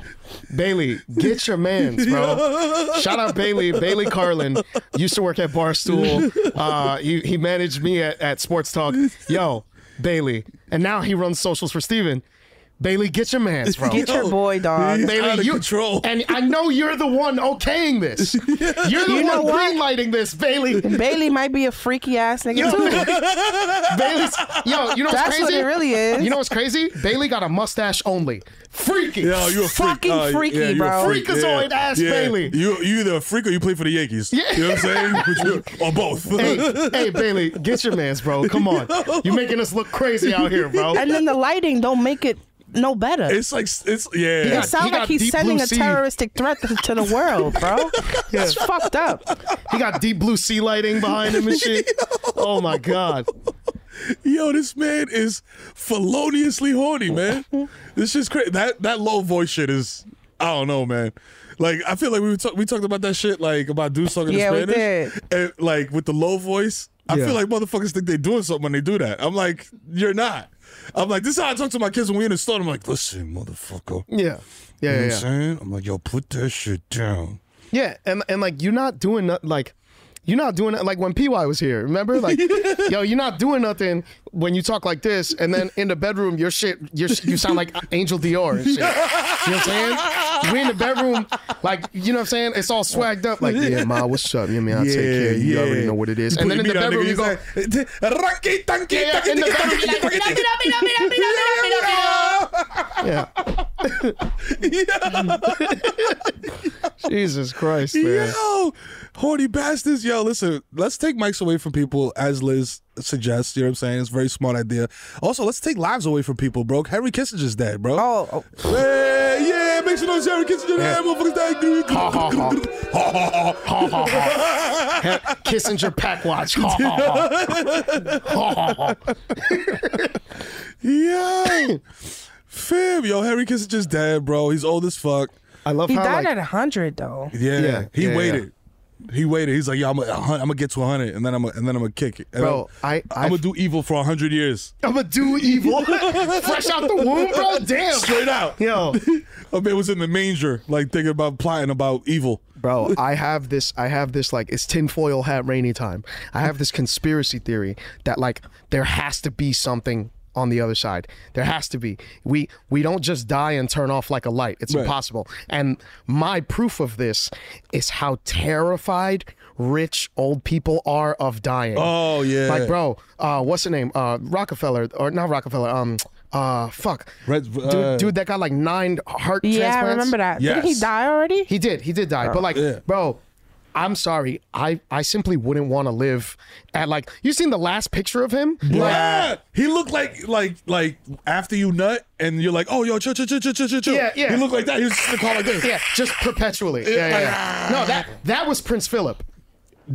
Speaker 3: Bailey, get your man's, bro. Shout out Bailey, Bailey Carlin. Used to work at Barstool. Uh, he, he managed me at, at Sports Talk. Yo, Bailey. And now he runs socials for Steven. Bailey, get your man's, bro.
Speaker 5: Get your boy, dog.
Speaker 1: he's
Speaker 3: Bailey,
Speaker 1: out of
Speaker 3: you,
Speaker 1: control.
Speaker 3: And I know you're the one okaying this. You're the
Speaker 5: You know
Speaker 3: one
Speaker 5: what?
Speaker 3: green lighting this, Bailey.
Speaker 5: Bailey might be a freaky ass nigga
Speaker 3: Yo,
Speaker 5: too.
Speaker 3: Bailey's, yo, you know what's
Speaker 5: That's
Speaker 3: crazy?
Speaker 5: what it really is.
Speaker 3: You know what's crazy? Bailey got a mustache only. Freaky.
Speaker 1: Yo, you a freak.
Speaker 5: Fucking
Speaker 1: Uh,
Speaker 5: freaky,
Speaker 1: yeah, you a
Speaker 5: bro.
Speaker 1: freak.
Speaker 3: Freakazoid ass Bailey.
Speaker 1: You you either a freak or you play for the Yankees.
Speaker 3: Yeah.
Speaker 1: You know what I'm saying? Which you- or both.
Speaker 3: hey, hey, Bailey, get your man's, bro. Come on. You're making us look crazy out here, bro.
Speaker 5: And then the lighting don't make it no better.
Speaker 1: It's like it's yeah.
Speaker 5: it
Speaker 3: got-
Speaker 5: sounds
Speaker 3: he got
Speaker 5: like he's
Speaker 3: deep
Speaker 5: sending
Speaker 3: blue
Speaker 5: a
Speaker 3: sea.
Speaker 5: terroristic threat to, to the world, bro. It's fucked up.
Speaker 3: He got deep blue sea lighting behind him and shit. Oh my god.
Speaker 1: Yo, this man is feloniously horny, man. this is crazy. That that low voice shit is. I don't know, man. Like I feel like we were talk- we talked about that shit like about dudes talking
Speaker 5: Yeah, we
Speaker 1: in Spanish, and like with the low voice. I
Speaker 3: Yeah.
Speaker 1: feel like motherfuckers think they doing something when they do that. I'm like, you're not. I'm like, this is how I talk to my kids when we in the store. I'm like, listen, motherfucker. You know
Speaker 3: Yeah. Yeah,
Speaker 1: what I'm
Speaker 3: yeah, yeah.
Speaker 1: saying? I'm like, yo, put that shit down.
Speaker 3: Yeah, and and like you're not doing nothing like you're not doing it like when PY was here, remember? Like, yo, you're not doing nothing when you talk like this, and then in the bedroom, your shit, your sh- you sound like Angel Dior and shit. You know what I'm saying? We in the bedroom, like, you know what I'm saying? It's all swagged up, like, yeah, ma, what's up? You mean I take care? You already know what it is. And then in the bedroom, you go,
Speaker 1: Rocky, tanky,
Speaker 3: Yeah,
Speaker 1: tanky,
Speaker 3: in the
Speaker 1: tanky,
Speaker 3: bedroom,
Speaker 1: tanky, tanky,
Speaker 3: yeah.
Speaker 1: tanky.
Speaker 3: Jesus Christ, man.
Speaker 1: Yo, horny bastards. Yo, listen, let's take mics away from people as Liz suggests. You know what I'm saying? It's a very smart idea. Also, let's take lives away from people, bro. Harry Kissinger's dead, bro.
Speaker 3: Oh,
Speaker 1: Hey, yeah, make some noise, Harry Kissinger. Yeah. Motherfuckers died. Ha ha ha.
Speaker 3: Ha ha ha.
Speaker 10: Kissinger pack watch. Ha, ha, ha. Ha, ha, ha.
Speaker 1: Yo, fam, yo, Harry Kissinger's dead, bro. He's old as fuck.
Speaker 3: I love
Speaker 5: He died at at 100, though.
Speaker 1: Yeah,
Speaker 3: Yeah,
Speaker 1: he
Speaker 3: yeah,
Speaker 1: waited. He waited. He's like, yeah, I'm gonna, I'm gonna get to 100, and then I'm, gonna, and then I'm gonna kick it. And
Speaker 3: Bro,
Speaker 1: I'm,
Speaker 3: I-
Speaker 1: I'm gonna do evil for 100 years.
Speaker 3: I'm a do evil. Fresh out the womb, bro. Damn.
Speaker 1: Straight out.
Speaker 3: Yo.
Speaker 1: A man was in the manger, like thinking about plotting about evil.
Speaker 3: Bro, I have this. I have this like it's tinfoil hat rainy time. I have this conspiracy theory that like there has to be something on the other side. There has to be. We we don't just die and turn off like a light. It's
Speaker 1: Right.
Speaker 3: impossible. And my proof of this is how terrified rich old people are of dying.
Speaker 1: Oh, yeah.
Speaker 3: Like bro, uh, what's the name? Uh, Rockefeller or not Rockefeller? Um, uh, fuck.
Speaker 1: Red-
Speaker 3: dude,
Speaker 1: uh,
Speaker 3: dude that got like nine heart
Speaker 5: Yeah, I
Speaker 3: transplants.
Speaker 5: remember that. Didn't he Yes. die already?
Speaker 3: He did. He did die.
Speaker 1: Oh,
Speaker 3: But like, bro, I'm sorry. I I simply wouldn't want to live at like. You seen the last picture of him?
Speaker 1: Yeah, he looked like like like after you nut, and you're like, oh yo, chill, chill, chill, chill, chill, chill, chill.
Speaker 3: Yeah, yeah.
Speaker 1: He looked like that. He was just in the car like this.
Speaker 3: Yeah, just perpetually. Yeah, yeah, yeah. No, that that was Prince Philip.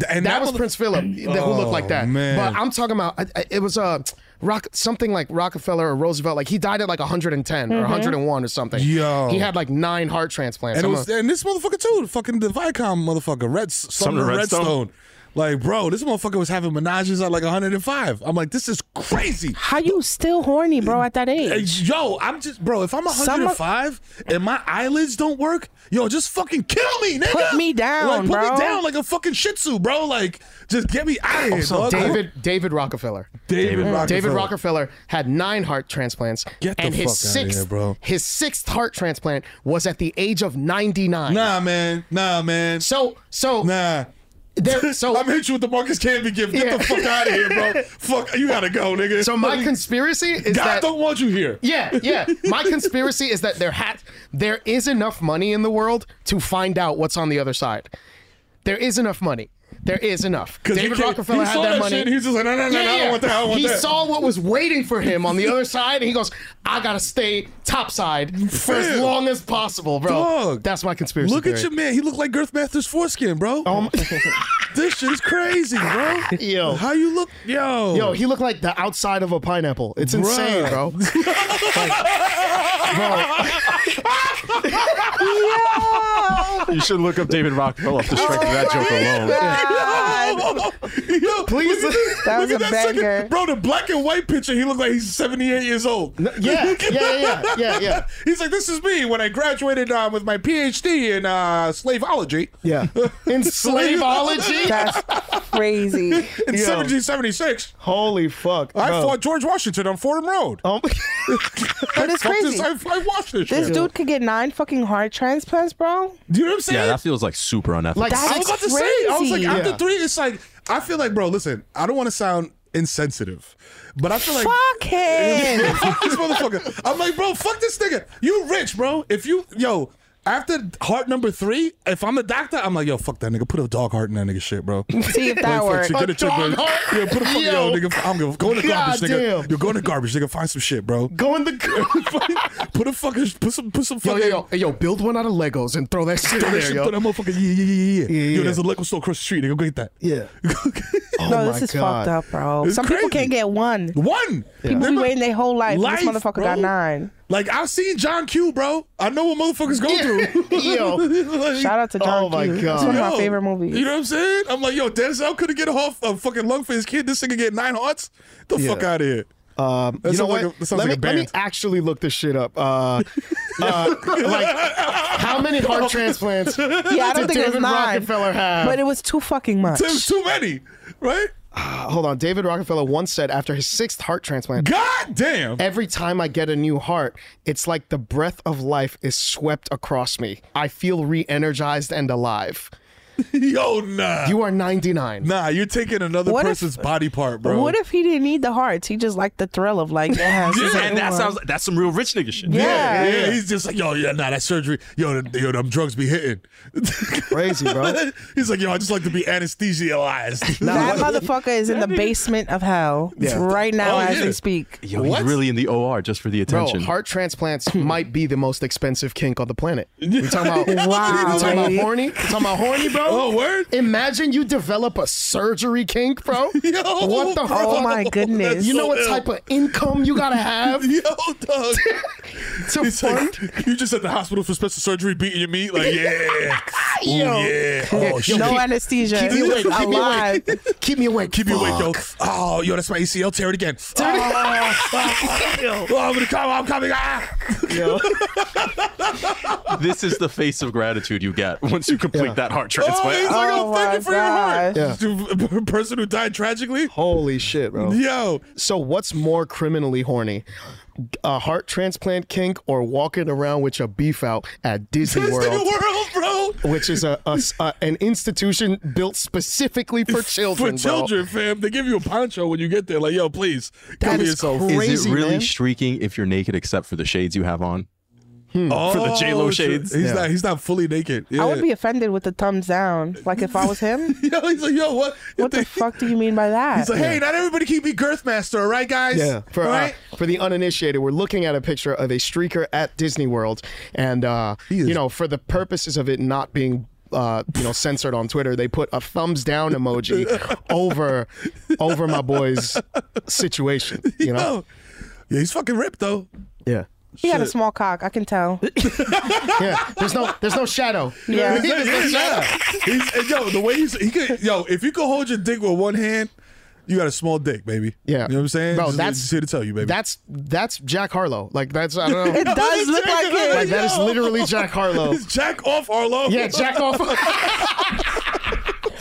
Speaker 1: And
Speaker 3: that,
Speaker 1: that
Speaker 3: was
Speaker 1: was-
Speaker 3: Prince Philip that- who looked like
Speaker 1: Oh,
Speaker 3: that.
Speaker 1: man.
Speaker 3: But I'm talking about I- I- it was uh, rock something like Rockefeller or Roosevelt. Like he died at like 110 or
Speaker 1: Mhm.
Speaker 3: 101 or something.
Speaker 1: Yo.
Speaker 3: he had like nine heart transplants.
Speaker 1: And it
Speaker 3: I'm
Speaker 1: was
Speaker 3: a-
Speaker 1: and this motherfucker too, the fucking the Viacom motherfucker, Red Summer
Speaker 2: Sumner
Speaker 1: Redstone.
Speaker 2: Redstone.
Speaker 1: Like, bro, this motherfucker was having menages at like 105. I'm like, this is crazy.
Speaker 5: How you still horny, bro, at that
Speaker 1: Hey,
Speaker 5: age?
Speaker 1: Yo, I'm just bro. If I'm
Speaker 5: Some of-
Speaker 1: 105 and my eyelids don't work, yo, just fucking kill me, nigga.
Speaker 5: Put me down,
Speaker 1: like, put
Speaker 5: bro.
Speaker 1: me down like a fucking Shih Tzu, bro. Like, just get me out of here,
Speaker 3: Also,
Speaker 1: dog.
Speaker 3: David David Rockefeller.
Speaker 1: David
Speaker 3: Mm.
Speaker 1: Rockefeller.
Speaker 3: David Rockefeller had nine heart transplants,
Speaker 1: Get the
Speaker 3: and his
Speaker 1: fuck outta here,
Speaker 3: sixth,
Speaker 1: bro.
Speaker 3: his sixth heart transplant was at the age of ninety nine.
Speaker 1: Nah, man. Nah, man.
Speaker 3: So, so
Speaker 1: nah.
Speaker 3: There, so
Speaker 1: I'm hit you with the Marcus Canby gift. Get
Speaker 3: Yeah.
Speaker 1: the fuck out of here, bro. fuck, you gotta go, nigga.
Speaker 3: So my conspiracy is
Speaker 1: God
Speaker 3: that
Speaker 1: don't want you here.
Speaker 3: yeah, yeah. My conspiracy is that there hat there is enough money in the world to find out what's on the other side. There is enough money. There is enough.
Speaker 1: 'Cause he
Speaker 3: David
Speaker 1: can't-
Speaker 3: Rockefeller
Speaker 1: he
Speaker 3: had
Speaker 1: saw
Speaker 3: that,
Speaker 1: that
Speaker 3: money.
Speaker 1: shit, he was just like, "No, no, no, no, I don't want that, I don't want
Speaker 3: he
Speaker 1: that."
Speaker 3: saw what was waiting for him on the other side, and he goes, "I gotta stay topside for as
Speaker 1: Fam.
Speaker 3: long as possible, bro."
Speaker 1: Dog.
Speaker 3: That's my conspiracy.
Speaker 1: Look at your man. He looked like Girth Master's foreskin, bro. this shit is crazy, bro.
Speaker 3: Yo.
Speaker 1: How you look? Yo.
Speaker 3: Yo, he looked like the outside of a pineapple. It's insane,
Speaker 1: Bruh.
Speaker 3: bro.
Speaker 2: You should look up David Rockefeller to strength of that joke alone.
Speaker 1: Yo,
Speaker 3: Please-
Speaker 1: look at
Speaker 5: That was
Speaker 1: look at
Speaker 5: a
Speaker 1: second-
Speaker 5: banger.
Speaker 1: bro, the black and white picture, he looked like he's 78 years old.
Speaker 3: yeah, yeah, yeah, yeah, yeah.
Speaker 1: He's like, this is me when I graduated um, with my PhD in uh, slaveology.
Speaker 3: Yeah. In slaveology?
Speaker 5: That's crazy.
Speaker 1: In
Speaker 3: Yo.
Speaker 1: 1776,
Speaker 3: Holy fuck.
Speaker 1: I
Speaker 3: bro.
Speaker 1: fought George Washington on Fordham Road.
Speaker 3: Oh my-
Speaker 1: I
Speaker 5: But it's
Speaker 1: fucked
Speaker 5: crazy.
Speaker 1: This, I, I watched this.
Speaker 5: This
Speaker 1: shit.
Speaker 5: dude could get nine fucking heart transplants, bro.
Speaker 1: Do you know what I'm saying?
Speaker 2: Yeah, that feels like super unethical.
Speaker 3: Like,
Speaker 5: That
Speaker 1: I was
Speaker 5: is
Speaker 1: about to say, I was like,
Speaker 5: crazy.
Speaker 1: after
Speaker 3: Yeah.
Speaker 1: three, it's like, I feel like, bro, listen, I don't want to sound insensitive, but I feel like.
Speaker 5: Fuck him.
Speaker 1: fuck this motherfucker. I'm like, bro, fuck this nigga. You rich, bro. If you, yo, after heart number three, if I'm a doctor, I'm like, yo, fuck that nigga. Put a dog heart in that nigga shit, bro.
Speaker 5: See if that
Speaker 1: Like, fuck
Speaker 5: works.
Speaker 1: shit, get
Speaker 3: A
Speaker 1: it, shit,
Speaker 3: dog
Speaker 1: bro.
Speaker 3: heart?
Speaker 1: Yeah, put a fucking yo,
Speaker 3: Yo.
Speaker 1: nigga. I'm gonna go in the garbage, nigga.
Speaker 3: Goddamn.
Speaker 1: You're going to garbage, nigga. Find some shit, bro.
Speaker 3: Go in the
Speaker 1: put a fucking, put some, put some
Speaker 3: Yo,
Speaker 1: fucking.
Speaker 3: yo, yo, yo, build one out of Legos and throw that shit
Speaker 1: Throw
Speaker 3: in
Speaker 1: that
Speaker 3: there,
Speaker 1: shit,
Speaker 3: yo.
Speaker 1: throw that motherfucker. Yeah, yeah, yeah, yeah.
Speaker 3: Yeah, yeah,
Speaker 1: Yo,
Speaker 3: yeah.
Speaker 1: there's a liquor store across the street. Nigga, go get that.
Speaker 3: Yeah.
Speaker 1: Oh
Speaker 5: no,
Speaker 3: my
Speaker 5: this is
Speaker 3: God.
Speaker 5: fucked up, bro.
Speaker 1: It's
Speaker 5: Some people
Speaker 1: crazy.
Speaker 5: can't get one.
Speaker 1: One.
Speaker 5: People be
Speaker 1: Remember-
Speaker 5: waiting their whole life. and this
Speaker 1: Life,
Speaker 5: motherfucker
Speaker 1: bro.
Speaker 5: got nine.
Speaker 1: Like I've seen John Q, bro. I know what motherfuckers go through.
Speaker 3: Yo.
Speaker 1: Like,
Speaker 5: Shout out to John
Speaker 3: Oh my
Speaker 5: Q.
Speaker 3: God.
Speaker 5: It's one of my
Speaker 1: yo,
Speaker 5: favorite movies.
Speaker 1: You know what I'm saying? I'm like, yo, Denzel could have get a, half, a fucking lung for his kid. This nigga get nine hearts. The fuck out of here.
Speaker 3: Um,
Speaker 1: That
Speaker 3: you know
Speaker 1: sounds like
Speaker 3: what?
Speaker 1: a- that sounds
Speaker 3: let,
Speaker 1: like a
Speaker 3: me, let me
Speaker 1: band.
Speaker 3: actually look this shit up. Uh, uh, like, how many heart transplants Uh,
Speaker 5: yeah, I don't
Speaker 3: did
Speaker 5: think it
Speaker 3: David
Speaker 5: was nine.
Speaker 3: Rockefeller have?
Speaker 5: But it was too fucking much.
Speaker 1: There's too many, right?
Speaker 3: Uh, hold on. David Rockefeller once said after his sixth heart transplant,
Speaker 1: God damn.
Speaker 3: Every time I get a new heart, it's like the breath of life is swept across me. I feel re energized and alive.
Speaker 1: Yo, nah.
Speaker 3: You are 99.
Speaker 1: Nah, you're taking another
Speaker 5: What if-
Speaker 1: person's body part, bro.
Speaker 5: What if he didn't need the hearts? He just liked the thrill of like, yeah, it's like,
Speaker 2: and that
Speaker 5: ooh,
Speaker 2: sounds like, that's some real rich nigga shit.
Speaker 5: Yeah.
Speaker 1: yeah, He's just like, yo, yeah, nah, that surgery, yo, th- yo, them drugs be hitting.
Speaker 3: Crazy, bro.
Speaker 1: he's like, yo, I just like to be anesthesialized.
Speaker 5: that motherfucker is in the basement of hell
Speaker 3: Yeah.
Speaker 5: right now
Speaker 3: Oh,
Speaker 5: as
Speaker 3: yeah.
Speaker 5: we speak.
Speaker 2: Yo, he's really in the OR just for the attention.
Speaker 3: Bro, heart transplants might be the most expensive kink on the planet. We talking about
Speaker 5: Wow,
Speaker 3: we talking about
Speaker 5: baby.
Speaker 3: horny? We talking about horny, bro?
Speaker 1: Oh, word.
Speaker 3: Imagine you develop a surgery kink, bro.
Speaker 1: Yo,
Speaker 3: what the?
Speaker 5: bro. Oh, my goodness.
Speaker 3: You know what
Speaker 1: That's so
Speaker 3: type of income you gotta have?
Speaker 1: Yo, dog.
Speaker 3: to
Speaker 1: It's like, you just at the hospital for special surgery beating your meat? Like, yeah. Ooh,
Speaker 3: Yo.
Speaker 1: yeah. Oh, shit.
Speaker 5: no anesthesia.
Speaker 3: keep me awake, keep me awake.
Speaker 5: Alive.
Speaker 3: Keep me awake.
Speaker 1: Keep me awake, yo. Oh, yo, that's my ACL. Tear it again. Oh, oh, oh, I'm gonna come. I'm coming. Ah.
Speaker 2: this is the face of gratitude you get once you complete that heart
Speaker 1: Oh, he's
Speaker 2: transplant.
Speaker 1: like, oh,
Speaker 5: Oh,
Speaker 1: thank
Speaker 5: my
Speaker 1: you for your heart.
Speaker 3: gosh. Oh.
Speaker 1: To a person who died tragically.
Speaker 3: Holy shit, bro.
Speaker 1: Yo,
Speaker 3: So what's more criminally horny? A heart transplant kink or walking around with your beef out at Disney,
Speaker 1: Disney
Speaker 3: World,
Speaker 1: World, bro.
Speaker 3: which is a, a- a- an institution built specifically for children.
Speaker 1: for
Speaker 3: bro.
Speaker 1: children, fam. They give you a poncho when you get there. Like, yo, please.
Speaker 3: That
Speaker 1: cover
Speaker 3: is
Speaker 1: yourself.
Speaker 3: crazy.
Speaker 2: is it really
Speaker 3: man.
Speaker 2: shrieking if you're naked except for the shades you have on?
Speaker 1: Oh,
Speaker 2: For the J-Lo
Speaker 1: shit.
Speaker 2: shades.
Speaker 1: He's
Speaker 3: Yeah.
Speaker 1: not. He's not fully naked. Yeah.
Speaker 5: I would be offended with the thumbs down. Like if I was him,
Speaker 1: Yo, he's like, yo, what?
Speaker 5: what the fuck do you mean by that?
Speaker 1: He's like, hey, not everybody can be girth master, all right, guys?
Speaker 3: Yeah. For,
Speaker 1: all
Speaker 3: uh,
Speaker 1: right.
Speaker 3: for the uninitiated, we're looking at a picture of a streaker at Disney World, and uh,
Speaker 1: is-
Speaker 3: you know, for the purposes of it not being. Uh, you know, censored on Twitter. They put a thumbs down emoji over over my boy's situation. You know,
Speaker 1: Yo. Yeah, he's fucking ripped though.
Speaker 3: yeah,
Speaker 5: he had a small cock. I can tell.
Speaker 3: yeah. There's no there's no shadow.
Speaker 5: Yeah.
Speaker 3: There's no shadow.
Speaker 1: Yeah. He's, and yo, the way he's he could yo, if you could hold your dick with one hand, you got a small dick, baby.
Speaker 3: Yeah,
Speaker 1: You know what I'm saying?
Speaker 3: Bro,
Speaker 1: Just-
Speaker 3: that's
Speaker 1: just here to tell you, baby.
Speaker 3: That's that's Jack Harlow. Like that's I don't know.
Speaker 5: It does look like it.
Speaker 3: like that is
Speaker 1: Yo.
Speaker 3: literally Jack Harlow.
Speaker 1: It's Jack off Harlow.
Speaker 3: Yeah, Jack off.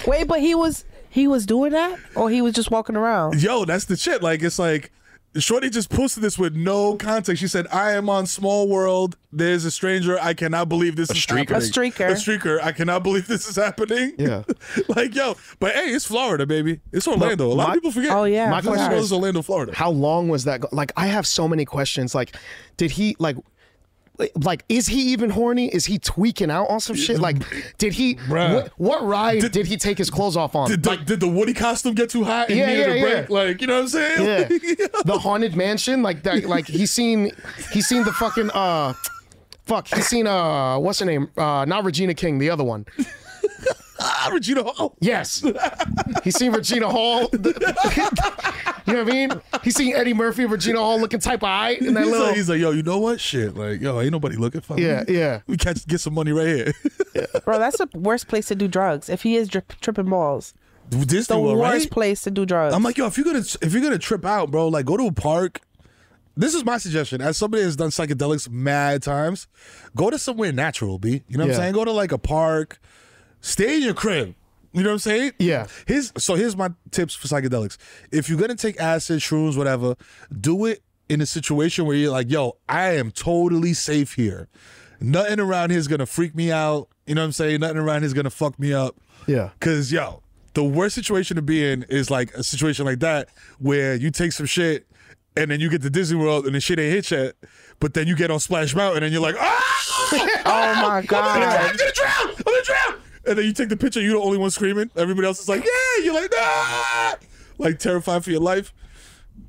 Speaker 5: Wait, but he was he was doing that, or he was just walking around.
Speaker 1: Yo, that's the shit. Like it's like Shorty just posted this with no context. She said, "I am on Small World. There's a stranger. I cannot believe this is
Speaker 2: streaker.
Speaker 1: happening.
Speaker 5: A streaker.
Speaker 1: A streaker. I cannot believe this is happening."
Speaker 3: Yeah.
Speaker 1: like yo, but hey, it's Florida, baby. It's Orlando. a lot
Speaker 3: my-
Speaker 1: of people forget.
Speaker 5: Oh, yeah.
Speaker 1: my
Speaker 3: My question
Speaker 1: question
Speaker 3: is-
Speaker 1: is Orlando, Florida.
Speaker 3: How long was that? Go- like I have so many questions. Like, did he like? Like, is he even horny? Is he tweaking out on some shit? Like, did he?
Speaker 1: Bruh.
Speaker 3: What, what ride did,
Speaker 1: Did-
Speaker 3: he take his clothes off on?
Speaker 1: did, the, did the Woody costume get too hot and
Speaker 3: Yeah,
Speaker 1: needed
Speaker 3: yeah,
Speaker 1: a break?
Speaker 3: yeah.
Speaker 1: Like you know what I'm saying?
Speaker 3: yeah,
Speaker 1: Yo.
Speaker 3: the haunted mansion. Like that. Like he's seen. He's seen the fucking. uh Fuck. He's seen. Uh, what's her name? Uh, not Regina King. The other one.
Speaker 1: Ah, Regina Hall.
Speaker 3: Yes. He's seen Regina Hall. you know what I mean? He's seen Eddie Murphy, Regina Hall looking type of eye and that
Speaker 1: He's,
Speaker 3: little.
Speaker 1: like, he's like, yo, you know what? Shit, like, yo, ain't nobody looking for
Speaker 3: Yeah, yeah.
Speaker 1: We catch get some money right here.
Speaker 5: Bro, that's the worst place to do drugs. If he is drip, tripping balls,
Speaker 1: Disney
Speaker 5: the
Speaker 1: World,
Speaker 5: worst
Speaker 1: right?
Speaker 5: place to do drugs.
Speaker 1: I'm like, yo, if you're gonna if you're gonna trip out, bro, like go to a park. This is my suggestion. As somebody that's done psychedelics mad times, go to somewhere natural, B. You know what
Speaker 3: Yeah.
Speaker 1: I'm saying? Go to like a park. Stay in your crib. You know what I'm saying?
Speaker 3: Yeah.
Speaker 1: Here's so here's my tips for psychedelics. If you're gonna take acid, shrooms, whatever, do it in a situation where you're like, yo, I am totally safe here. Nothing around here is gonna freak me out. You know what I'm saying? Nothing around here is gonna fuck me up.
Speaker 3: Yeah.
Speaker 1: Cause yo, the worst situation to be in is like a situation like that where you take some shit and then you get to Disney World and the shit ain't hit yet, but then you get on Splash Mountain and you're like, ah!
Speaker 5: oh my
Speaker 1: I'm gonna drown!
Speaker 5: god.
Speaker 1: I'm gonna drown! I'm gonna drown! And then you take the picture, you're the only one screaming. Everybody else is like, yeah! You're like, nah! Like terrified for your life.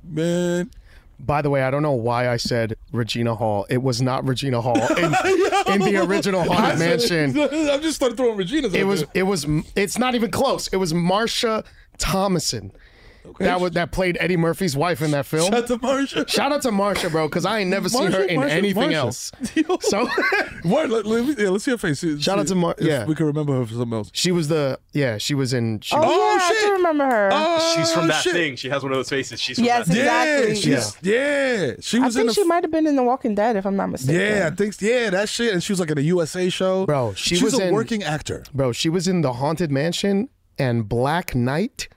Speaker 1: Man.
Speaker 3: By the way, I don't know why I said Regina Hall. It was not Regina Hall in, in the original Haunted Mansion.
Speaker 1: I just started throwing Regina's
Speaker 3: It
Speaker 1: out
Speaker 3: was.
Speaker 1: there.
Speaker 3: It was. It's not even close. It was Marsha Thomason. That was that played Eddie Murphy's wife in that film.
Speaker 1: Shout to Marsha.
Speaker 3: Shout out to Marsha, bro, because I ain't never seen
Speaker 1: Marsha,
Speaker 3: her in
Speaker 1: Marsha,
Speaker 3: anything
Speaker 1: Marsha.
Speaker 3: else.
Speaker 1: Yo.
Speaker 3: So
Speaker 1: Word, let, let me, yeah, let's see her face. See-
Speaker 3: Shout out
Speaker 1: see
Speaker 3: to Mar-
Speaker 1: if
Speaker 3: yeah.
Speaker 1: We can remember her for something else.
Speaker 3: she was the yeah. She was in. She
Speaker 5: Oh,
Speaker 3: was-
Speaker 1: Oh,
Speaker 5: yeah, I
Speaker 1: shit.
Speaker 5: do remember her.
Speaker 1: Oh,
Speaker 2: She's from that
Speaker 1: shit.
Speaker 2: thing. She has one of those faces. She's from
Speaker 5: Yes,
Speaker 2: that thing.
Speaker 5: exactly.
Speaker 1: Yeah, she's, yeah. She
Speaker 5: I
Speaker 1: was in
Speaker 5: think
Speaker 1: the
Speaker 5: she might have been in The Walking Dead, if I'm not mistaken.
Speaker 1: Yeah, I think yeah, that shit. And she was like in a USA show.
Speaker 3: Bro, she
Speaker 1: she's
Speaker 3: was
Speaker 1: a
Speaker 3: in-
Speaker 1: working actor.
Speaker 3: bro, she was in the Haunted Mansion and Black Knight.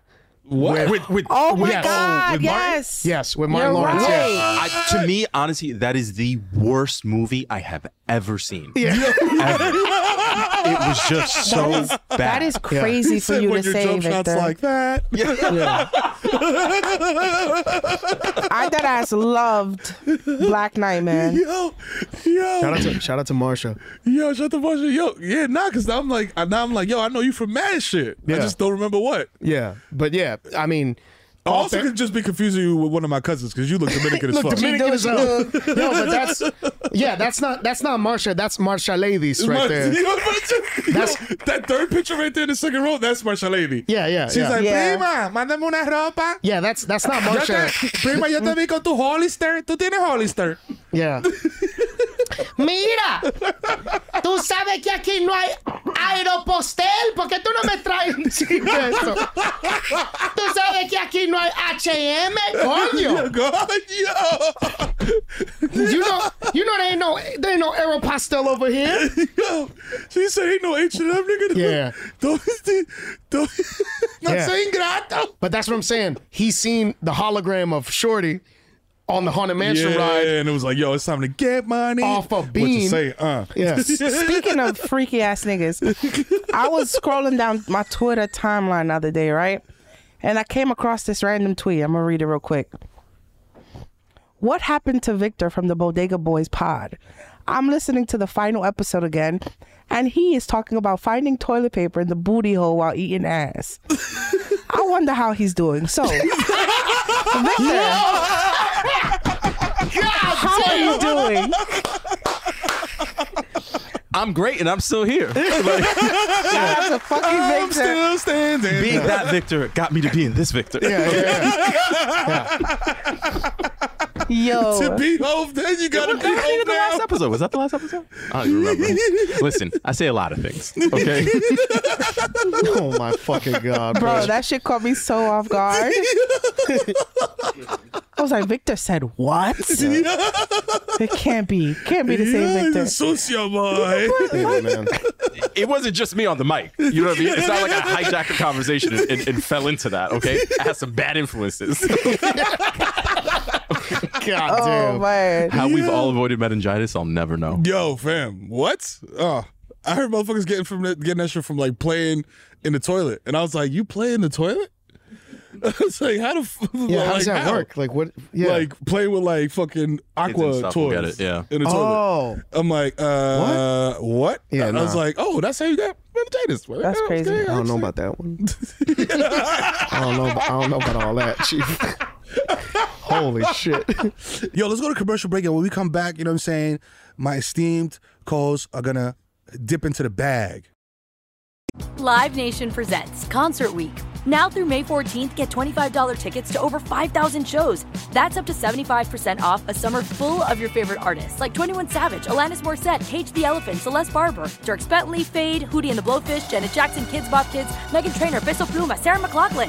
Speaker 2: What? With, with,
Speaker 5: Oh my
Speaker 3: Yes.
Speaker 5: god.
Speaker 2: with Martin?
Speaker 5: yes.
Speaker 3: Yes, with Martin
Speaker 5: You're
Speaker 3: Lawrence.
Speaker 5: right.
Speaker 3: Yeah.
Speaker 2: I, to me, honestly, that is the worst movie I have ever seen.
Speaker 3: Yeah.
Speaker 2: Ever. it was just so
Speaker 5: that is,
Speaker 2: bad.
Speaker 5: That is crazy
Speaker 1: He
Speaker 5: for
Speaker 1: said
Speaker 5: you
Speaker 1: when
Speaker 5: to
Speaker 1: your
Speaker 5: say,
Speaker 1: jump shot's
Speaker 5: Victor.
Speaker 1: like that.
Speaker 5: I that ass loved Black Knight, man.
Speaker 1: Yo, yo.
Speaker 3: Shout out to shout out to Marsha.
Speaker 1: Yo, shut the fuck up. Yo, yeah, nah, because I'm like, now I'm like, yo, I know you from mad shit. I
Speaker 3: Yeah.
Speaker 1: just don't remember what.
Speaker 3: Yeah, but yeah, I mean,
Speaker 1: also could just be confusing you with one of my cousins because you look Dominican as
Speaker 3: look
Speaker 1: fuck.
Speaker 3: Dominican as hell. No, but that's yeah, that's not that's not Marsha. That's Marsha ladies right
Speaker 1: Mar-
Speaker 3: there.
Speaker 1: Yo, Marsha- yo, that third picture right there in the second row, that's Marsha Lady.
Speaker 3: Yeah, yeah,
Speaker 1: She's
Speaker 3: yeah.
Speaker 1: like,
Speaker 3: Yeah.
Speaker 1: prima, mándame una ropa.
Speaker 3: Yeah, that's that's not
Speaker 1: Yo
Speaker 3: Marsha.
Speaker 1: te- prima, yo te vi con tu Hollister. Tú tienes Hollister.
Speaker 3: Yeah.
Speaker 8: Mira, tú sabes que aquí no hay aeropostel, porque tú no me traes un chiste de eso. Tú sabes que aquí no hay H&M, coño.
Speaker 3: You know, you know, there ain't no there ain't no Aeropostale over here.
Speaker 1: Yo, she said ain't no H and M nigga.
Speaker 3: Yeah.
Speaker 1: Don't, don't, no
Speaker 3: Yeah.
Speaker 1: saying grato.
Speaker 3: But that's what I'm saying. He's seen the hologram of Shorty on the haunted mansion
Speaker 1: yeah,
Speaker 3: ride.
Speaker 1: and it was like, yo, it's time to get money
Speaker 3: Off a
Speaker 1: What
Speaker 3: bean.
Speaker 1: you say? Uh,
Speaker 5: Speaking of freaky ass niggas, I was scrolling down my Twitter timeline the other day, right? And I came across this random tweet. I'm gonna read it real quick. What happened to Victor from the Bodega Boys pod? I'm listening to the final episode again, and he is talking about finding toilet paper in the booty hole while eating ass. I wonder how he's doing. So, Victor, how are you doing?
Speaker 13: I'm great and I'm still here. Like,
Speaker 5: That's a fucking
Speaker 1: I'm
Speaker 5: Victor.
Speaker 1: still standing.
Speaker 13: being that Victor got me to being this Victor.
Speaker 3: Yeah,
Speaker 5: Yo.
Speaker 1: to be hope, then you gotta be
Speaker 13: The
Speaker 1: hope now.
Speaker 13: last episode was that the last episode? I don't even remember. Listen, I say a lot of things. Okay.
Speaker 3: Oh my fucking god,
Speaker 5: Bro, Oh, that shit caught me so off guard. I was like, Victor said what? It can't be. Can't be the
Speaker 1: Yeah,
Speaker 5: same
Speaker 1: he's a
Speaker 5: Victor.
Speaker 1: socio boy.
Speaker 13: It wasn't just me on the mic. You know what I mean? It's not like I hijacked the conversation and, and, and fell into that. Okay. I had some bad influences.
Speaker 3: God
Speaker 5: Oh man.
Speaker 13: How we've all avoided meningitis, I'll never know.
Speaker 1: Yo, fam, what? Oh, I heard motherfuckers getting from that, getting that shit from like playing in the toilet, and I was like, you play in the toilet? I was like, how the f-
Speaker 3: Yeah, how
Speaker 1: like,
Speaker 3: does that work? Like what? Yeah.
Speaker 1: Like play with like fucking
Speaker 13: and
Speaker 1: aqua
Speaker 13: stuff will
Speaker 1: toys.
Speaker 13: get it, yeah.
Speaker 1: In the
Speaker 3: Oh.
Speaker 1: toilet. I'm like, uh, what?
Speaker 3: Yeah,
Speaker 1: And I was
Speaker 3: nah.
Speaker 1: like, oh, that's how you got meningitis.
Speaker 5: That's crazy.
Speaker 3: I don't know about that one. I don't know. I don't know about all that, chief. Holy shit!
Speaker 9: Yo, let's go to commercial break. And when we come back, you know what I'm saying? My esteemed calls are going to dip into the bag.
Speaker 12: Live Nation presents Concert Week. Now through May 14th, get $25 tickets to over 5,000 shows. That's up to 75% off a summer full of your favorite artists like 21 Savage, Alanis Morissette, Cage the Elephant, Celeste Barber, Dirk Bentley, Fade, Hootie and the Blowfish, Janet Jackson, Kids Bop Kids, Megan Trainor, Bissell Pluma, Sarah McLaughlin.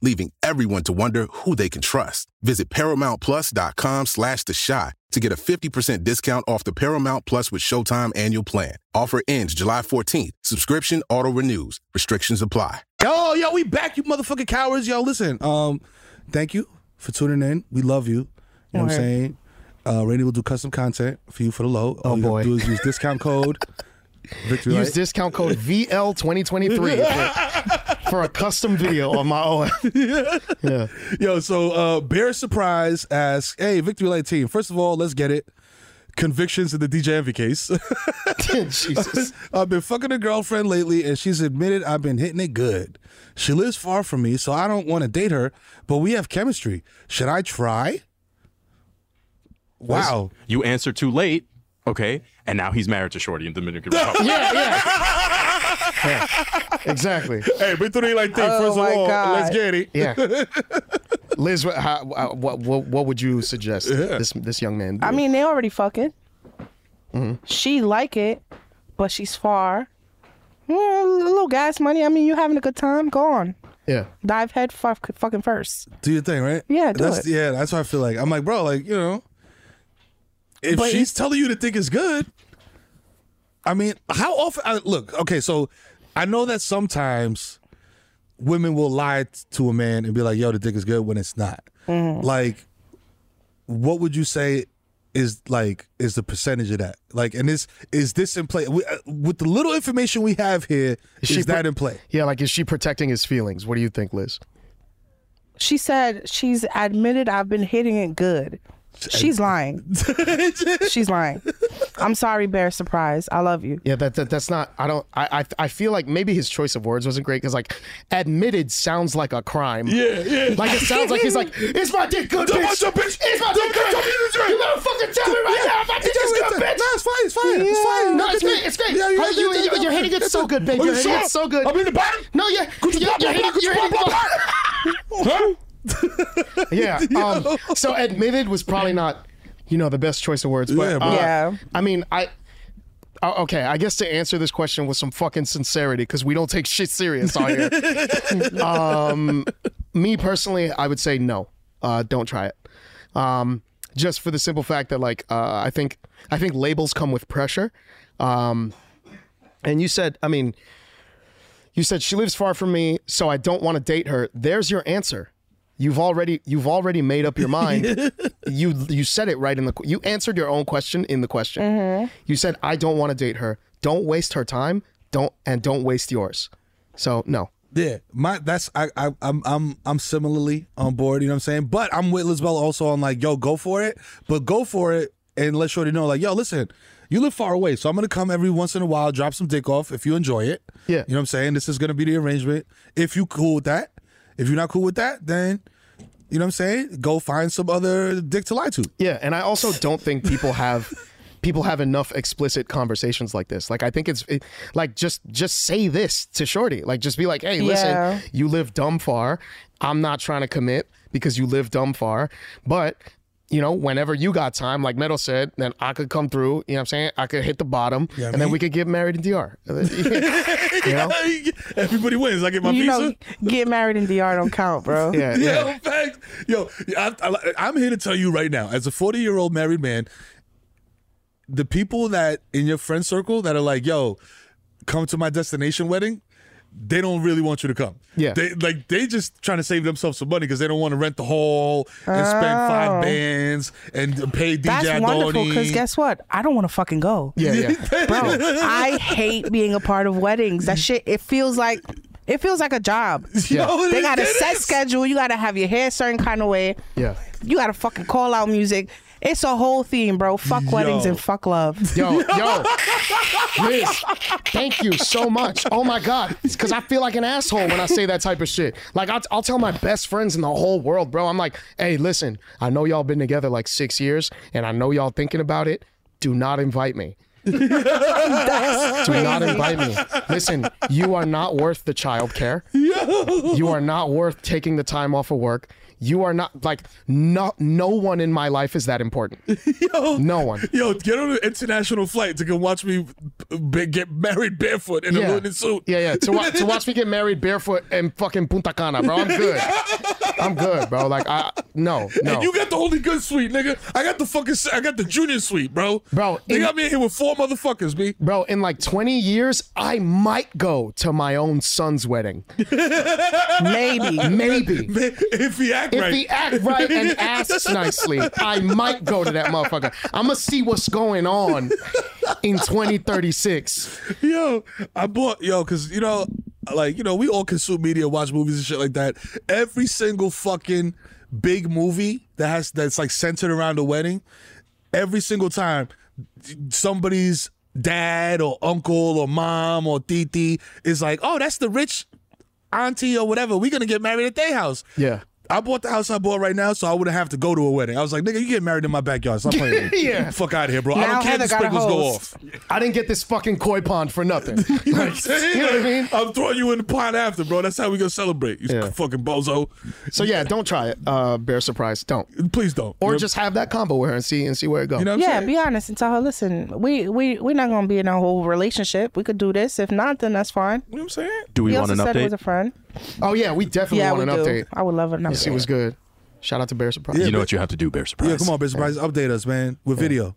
Speaker 14: leaving everyone to wonder who they can trust. Visit ParamountPlus.com slash The Shot to get a 50% discount off the Paramount Plus with Showtime annual plan. Offer ends July 14th. Subscription auto-renews. Restrictions apply.
Speaker 9: Yo, yo, we back, you motherfucking cowards. Yo, listen. Um, thank you for tuning in. We love you. You know what I'm
Speaker 1: Word.
Speaker 9: saying? Uh, Randy will do custom content for you for the low. All
Speaker 3: Oh,
Speaker 9: you gotta
Speaker 3: boy.
Speaker 9: do is use discount code. Victory,
Speaker 3: Use
Speaker 9: right?
Speaker 3: discount code VL2023 for, for a custom video on my own. yeah.
Speaker 9: Yo, so uh Bear Surprise asks, hey, Victory Light team, first of all, let's get it.
Speaker 1: convictions in the DJ Envy case. Jesus. I've been fucking a girlfriend lately, and she's admitted I've been hitting it good. She lives far from me, so I don't want to date her, but we have chemistry. Should I try? Wow.
Speaker 13: You answer too late, okay? And now he's married to Shorty in Dominican Republic.
Speaker 3: yeah, yeah.
Speaker 1: Exactly. Hey, but it ain't like that. First of all, let's get it.
Speaker 3: Yeah. Liz, what, how, uh, what, what, what would you suggest this this young man? Do?
Speaker 5: I mean, they already fucking.
Speaker 3: Mhm.
Speaker 5: She like it, but she's far. Mm, a little gas money. I mean, you having a good time? Go on.
Speaker 3: Yeah.
Speaker 5: Dive head fuck, fucking first.
Speaker 1: Do your thing, right?
Speaker 5: Yeah, do
Speaker 1: that's,
Speaker 5: it.
Speaker 1: Yeah, that's what I feel like. I'm like, bro, like, you know, if
Speaker 5: But
Speaker 1: she's telling you to think it's good, I mean, how often? I, look, okay, so I know that sometimes women will lie t- to a man and be like, yo, the dick is good when it's not.
Speaker 5: Mm-hmm.
Speaker 1: Like, what would you say is like is the percentage of that like and this is this in play we, uh, with the little information we have here is,
Speaker 3: she
Speaker 1: that
Speaker 3: pro-
Speaker 1: in play
Speaker 3: Yeah, like is she protecting his feelings? What do you think, Liz?
Speaker 5: She said she's admitted I've been hitting it good. She's lying. she's lying. I'm sorry, Bear Surprise. I love you.
Speaker 3: Yeah, that, that that's not. I don't. I, I I feel like maybe his choice of words wasn't great because like, admitted sounds like a crime.
Speaker 8: Yeah, yeah.
Speaker 3: Like it sounds like he's like, it's my dick good,
Speaker 8: Don't
Speaker 3: bitch.
Speaker 8: want your bitch.
Speaker 3: It's my
Speaker 8: Don't want
Speaker 3: dick good.
Speaker 8: your bitch to drink.
Speaker 3: You better fucking tell me right
Speaker 8: Yeah.
Speaker 3: now if my
Speaker 8: It
Speaker 3: dick is
Speaker 8: just
Speaker 3: good,
Speaker 8: said-
Speaker 3: bitch.
Speaker 8: No, it's fine, it's fine, it's fine.
Speaker 3: No, it's great. It's great.
Speaker 8: Yeah, you
Speaker 3: How
Speaker 8: got
Speaker 3: you,
Speaker 8: that-
Speaker 3: you,
Speaker 8: that-
Speaker 3: you're hitting it
Speaker 8: that's
Speaker 3: so
Speaker 8: a-
Speaker 3: good, babe.
Speaker 8: Are
Speaker 1: Oh,
Speaker 3: You're
Speaker 8: you
Speaker 3: hitting it
Speaker 8: sure?
Speaker 3: so good.
Speaker 8: I'm in the back?
Speaker 3: No, you're
Speaker 8: Could you
Speaker 3: you're,
Speaker 8: pop
Speaker 3: you're
Speaker 8: my
Speaker 3: hitting
Speaker 8: back? Could you
Speaker 3: you're hitting
Speaker 8: pop
Speaker 3: it.
Speaker 8: my
Speaker 3: Yeah. Um, so admitted was probably not, you know, the best choice of words. But
Speaker 8: Yeah, but-
Speaker 3: uh,
Speaker 8: Yeah.
Speaker 3: I mean, I. uh, okay, I guess to answer this question with some fucking sincerity, because we don't take shit serious on here. um, me personally, I would say no. Uh, don't try it. Um, just for the simple fact that, like, uh, I think I think labels come with pressure. Um, and you said, I mean, you said she lives far from me, so I don't want to date her. There's your answer. You've already you've already made up your mind. you you said it right in the qu- you answered your own question in the question. You said I don't want to date her. Don't waste her time. Don't and don't waste yours. So no.
Speaker 1: Yeah, my that's I, I I'm I'm I'm similarly on board. You know what I'm saying? But I'm with Lisbella also on like, yo, go for it, but go for it and let Shorty know like, yo, listen, you live far away, so I'm gonna come every once in a while, drop some dick off if you enjoy it. you
Speaker 3: Yeah,
Speaker 1: know what I'm saying? This is gonna be the arrangement. If you cool with that, if you're not cool with that, then you know what I'm saying? Go find some other dick to lie to.
Speaker 3: Yeah, and I also don't think people have people have enough explicit conversations like this. Like I think it's it, like just just say this to Shorty. Like just be like, "Hey, listen,
Speaker 8: Yeah.
Speaker 3: you live dumb far. I'm not trying to commit because you live dumb far, but you know, whenever you got time, like Meadow said, then I could come through. You know what I'm saying? I could hit the bottom,
Speaker 1: Yeah,
Speaker 3: and
Speaker 1: I
Speaker 3: then
Speaker 1: mean-
Speaker 3: we could get married in DR. You know?
Speaker 1: Everybody wins. I get my
Speaker 5: you
Speaker 1: pizza.
Speaker 5: know, get married in DR don't count, bro.
Speaker 1: yeah, yeah. fact. Yo, I, I, I'm here to tell you right now, as a 40 year old married man, the people that in your friend circle that are like, "Yo, come to my destination wedding," they don't really want you to come.
Speaker 3: Yeah.
Speaker 1: they like they just trying to save themselves some money because they don't want to rent the hall and spend
Speaker 5: Oh.
Speaker 1: five bands and pay DJ
Speaker 5: That's wonderful
Speaker 1: Adoni.
Speaker 5: because guess what? I don't want to fucking go.
Speaker 1: Yeah, yeah.
Speaker 5: bro. I hate being a part of weddings. That shit. It feels like it feels like a job.
Speaker 8: Yeah.
Speaker 1: Oh,
Speaker 8: Yo,
Speaker 5: they
Speaker 8: it-
Speaker 5: got a
Speaker 8: it
Speaker 5: set
Speaker 8: is.
Speaker 5: schedule. You got to have your hair a certain kind of way.
Speaker 3: Yeah.
Speaker 5: You got to fucking call out music. It's a whole theme, bro. Fuck weddings
Speaker 3: Yo.
Speaker 5: and fuck love.
Speaker 3: Yo, yo, Liz, thank you so much. Oh my God. It's because I feel like an asshole when I say that type of shit. Like, I'll, I'll tell my best friends in the whole world, bro. I'm like, hey, listen, I know y'all been together like six years, and I know y'all thinking about it. Do not invite me.
Speaker 8: That's
Speaker 3: Do not invite me. Listen, you are not worth the childcare. You are not worth taking the time off of work. You are not like no no one in my life is that important. no one.
Speaker 1: Yo, get on an international flight to come watch me b- get married barefoot in a linen suit.
Speaker 3: Yeah, yeah. To, wa- to watch me get married barefoot and fucking Punta Cana, bro. I'm good. I'm good, bro. Like I no, no.
Speaker 1: And you got the only good suite, nigga. I got the fucking, I got the junior suite, bro.
Speaker 3: Bro,
Speaker 1: they
Speaker 3: in-
Speaker 1: got me in here with four motherfuckers, b.
Speaker 3: Bro, in like 20 years, I might go to my own son's wedding.
Speaker 5: Maybe.
Speaker 3: Maybe.
Speaker 1: If he act
Speaker 3: if
Speaker 1: right.
Speaker 3: he act right and asks nicely, I might go to that motherfucker. I'ma see what's going on in 2036.
Speaker 1: Yo, I bought yo because you know, like you know, we all consume media, watch movies and shit like that. Every single fucking big movie that has that's like centered around a wedding, every single time somebody's dad or uncle or mom or titi is like, oh, that's the rich auntie or whatever. We're gonna get married at their house.
Speaker 3: Yeah.
Speaker 1: I bought the house I bought right now, so I wouldn't have to go to a wedding. I was like, nigga, you get married in my backyard. Stop playing. with me.
Speaker 3: Yeah.
Speaker 1: Fuck out of here, bro. I
Speaker 3: Now
Speaker 1: don't care if
Speaker 3: Heather
Speaker 1: the
Speaker 3: got a
Speaker 1: sprinklers go
Speaker 3: hose.
Speaker 1: off.
Speaker 3: I didn't get this fucking koi pond for nothing.
Speaker 1: You know what I'm saying? Like, I'm throwing you in the pot after, bro. That's how we gonna celebrate. You fucking bozo.
Speaker 3: So yeah, don't try it. Uh, bear surprise. Don't.
Speaker 1: Please don't.
Speaker 3: Or
Speaker 1: You're-
Speaker 3: just have that combo with her and see and see where it goes.
Speaker 5: yeah, be honest and tell her. Listen, we we we're not gonna be in a whole relationship. We could do this. If not, then that's fine.
Speaker 1: You know what I'm saying?
Speaker 13: Do we
Speaker 5: he
Speaker 13: want
Speaker 5: also
Speaker 13: an
Speaker 5: said it was
Speaker 13: update?
Speaker 5: a friend.
Speaker 3: Oh yeah, we definitely
Speaker 5: Yeah,
Speaker 3: want
Speaker 5: we
Speaker 3: an
Speaker 5: do.
Speaker 3: update.
Speaker 5: I would love an
Speaker 3: You see
Speaker 5: update.
Speaker 3: what's good. Shout out to Bear Surprise.
Speaker 1: Yeah,
Speaker 13: you know what you have to do, Bear Surprise.
Speaker 1: Yeah, come on, bitch. Surprise, update us, man. With video.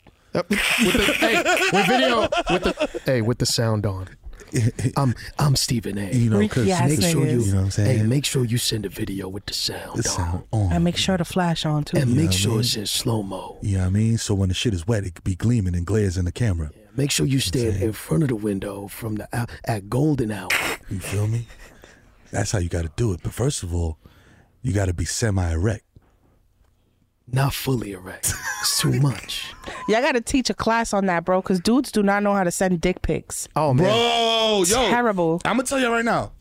Speaker 3: with video, with the hey, with the sound on. I'm I'm Stephen A.
Speaker 1: You know, 'cause Freaky ass
Speaker 3: make sure you,
Speaker 1: niggas. You know what I'm saying?
Speaker 3: Hey, make sure you send a video with the sound on,
Speaker 5: And make sure to flash on too.
Speaker 3: and make sure it's in slow mo.
Speaker 1: You know what I mean? So when the shit is wet, it could be gleaming and glares in the camera.
Speaker 3: Make sure you stand in front of the window from the ou- at golden hour.
Speaker 1: You feel me? That's how you gotta do it. But first of all, you gotta be semi erect.
Speaker 3: Not fully erect. It's too much.
Speaker 5: Y'all gotta teach a class on that, bro. Cause dudes do not know how to send dick pics.
Speaker 3: Oh
Speaker 1: Bro, yo.
Speaker 5: terrible.
Speaker 1: I'm gonna tell you right now,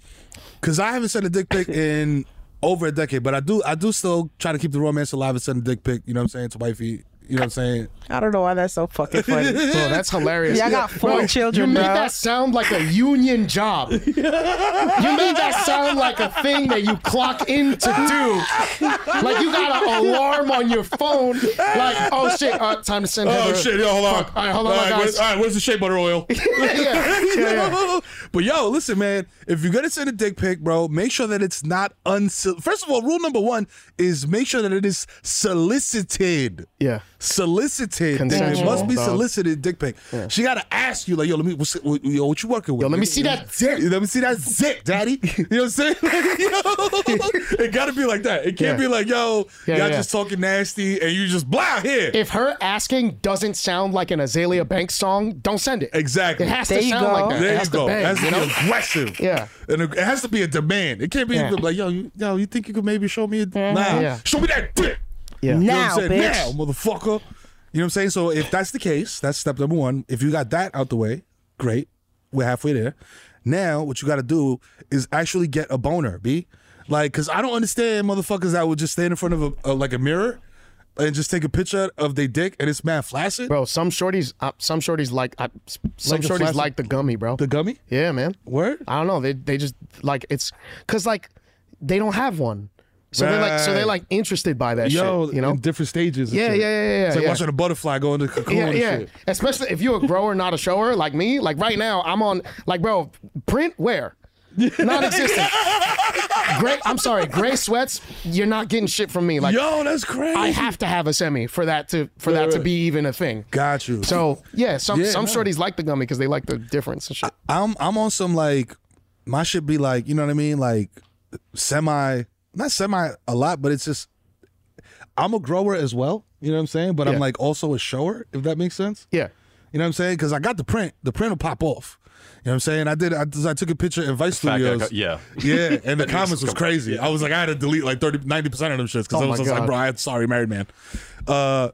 Speaker 1: because I haven't sent a dick pic in over a decade, but I do I do still try to keep the romance alive and send a dick pic, you know what I'm saying, to wifey. You know what I'm saying?
Speaker 5: I don't know why that's so fucking funny.
Speaker 3: Bro, that's hilarious.
Speaker 5: Y'all got four
Speaker 3: Bro,
Speaker 5: children,
Speaker 3: You
Speaker 5: bro.
Speaker 3: made that sound like a union job. you made that sound like a thing that you clock in to do. Like you got an alarm on your phone. Like, oh shit, uh, time to send.
Speaker 1: Oh
Speaker 3: Heather.
Speaker 1: shit! Yo, hold on.
Speaker 3: Fuck. All right, hold on,
Speaker 1: All
Speaker 3: my
Speaker 1: right,
Speaker 3: guys.
Speaker 1: where's, all right, where's the shea butter oil?
Speaker 3: yeah, yeah.
Speaker 1: But yo, listen, man. If you're gonna send a dick pic, bro, make sure that it's not unsolicited. First of all, rule number one is make sure that it is solicited.
Speaker 3: Yeah.
Speaker 1: Solicited. Then It
Speaker 3: Consensual,
Speaker 1: must be
Speaker 3: dog.
Speaker 1: solicited dick pic. She gotta ask you, like, yo, let me, what's, what, yo, what you working with?
Speaker 3: Yo, let me see that zip.
Speaker 1: Let me see that zip, daddy. You know what I'm saying? Like, yo, it gotta be like that. It can't be
Speaker 3: Yeah.
Speaker 1: like, yo,
Speaker 3: Yeah,
Speaker 1: y'all
Speaker 3: yeah.
Speaker 1: just talking nasty and you just blah here.
Speaker 3: If her asking doesn't sound like an Azalea Banks song, don't send it.
Speaker 1: Exactly.
Speaker 3: It has to sound like that.
Speaker 1: There
Speaker 3: it
Speaker 1: you
Speaker 3: has
Speaker 1: go.
Speaker 3: To bang,
Speaker 1: it has to
Speaker 3: you know?
Speaker 1: be aggressive.
Speaker 3: Yeah.
Speaker 1: And it has to be a demand. It can't be
Speaker 3: Yeah. Mm-hmm.
Speaker 1: like, yo, you, yo, you think you could maybe show me? A, Nah.
Speaker 3: Yeah.
Speaker 1: Show me that dick.
Speaker 3: Yeah.
Speaker 1: You know what
Speaker 5: Now,
Speaker 1: I'm saying?
Speaker 5: bitch.
Speaker 1: Now, motherfucker. You know what I'm saying? So if that's the case, that's step number one. If you got that out the way, great. We're halfway there. Now, what you got to do is actually get a boner, B. Like, cause I don't understand motherfuckers that would just stand in front of a, a like a mirror and just take a picture of their dick and it's mad flaccid.
Speaker 3: Bro, some shorties, uh, some shorties like uh, s- some
Speaker 1: Like the
Speaker 3: shorties
Speaker 1: flaccid-
Speaker 3: like the gummy, bro.
Speaker 1: The gummy?
Speaker 3: yeah, man.
Speaker 1: Word?
Speaker 3: I don't know. They they just like it's because like they don't have one, so they're like so they're
Speaker 1: Right.
Speaker 3: like interested by that
Speaker 1: Yo,
Speaker 3: shit. You know?
Speaker 1: in different stages. and
Speaker 3: Yeah,
Speaker 1: shit.
Speaker 3: yeah, yeah, yeah,
Speaker 1: It's like
Speaker 3: yeah.
Speaker 1: watching a butterfly go into the cocoon.
Speaker 3: Yeah,
Speaker 1: and
Speaker 3: yeah.
Speaker 1: Shit.
Speaker 3: Especially if you're a grower, not a shower, like me. Like right now, I'm on like bro, print where? Non-existent. Gray, I'm sorry, gray sweats. You're not getting shit from me. Like
Speaker 1: Yo, that's crazy.
Speaker 3: I have to have a semi for that to for that to
Speaker 1: right.
Speaker 3: be even a thing.
Speaker 1: Got you.
Speaker 3: So yeah, some
Speaker 1: Yeah,
Speaker 3: some
Speaker 1: no.
Speaker 3: shorties like the gummy because they like the difference and shit.
Speaker 1: I'm I'm on some like my shit be like you know what I mean like semi not semi a lot but it's just I'm a grower as well you know what I'm saying but
Speaker 3: Yeah.
Speaker 1: I'm like also a shower if that makes sense
Speaker 3: Yeah.
Speaker 1: you know what I'm saying because I got the print the print will pop off you know what I'm saying I did I, I took a picture in Vice
Speaker 13: fact, I
Speaker 1: Studios
Speaker 13: got- yeah.
Speaker 1: yeah and the
Speaker 13: That
Speaker 1: comments
Speaker 13: is-
Speaker 1: was crazy I was like I had to delete like 30 90 percent of them shits because
Speaker 3: Oh
Speaker 1: I was
Speaker 3: my
Speaker 1: just like
Speaker 3: God.
Speaker 1: bro I'm sorry married man uh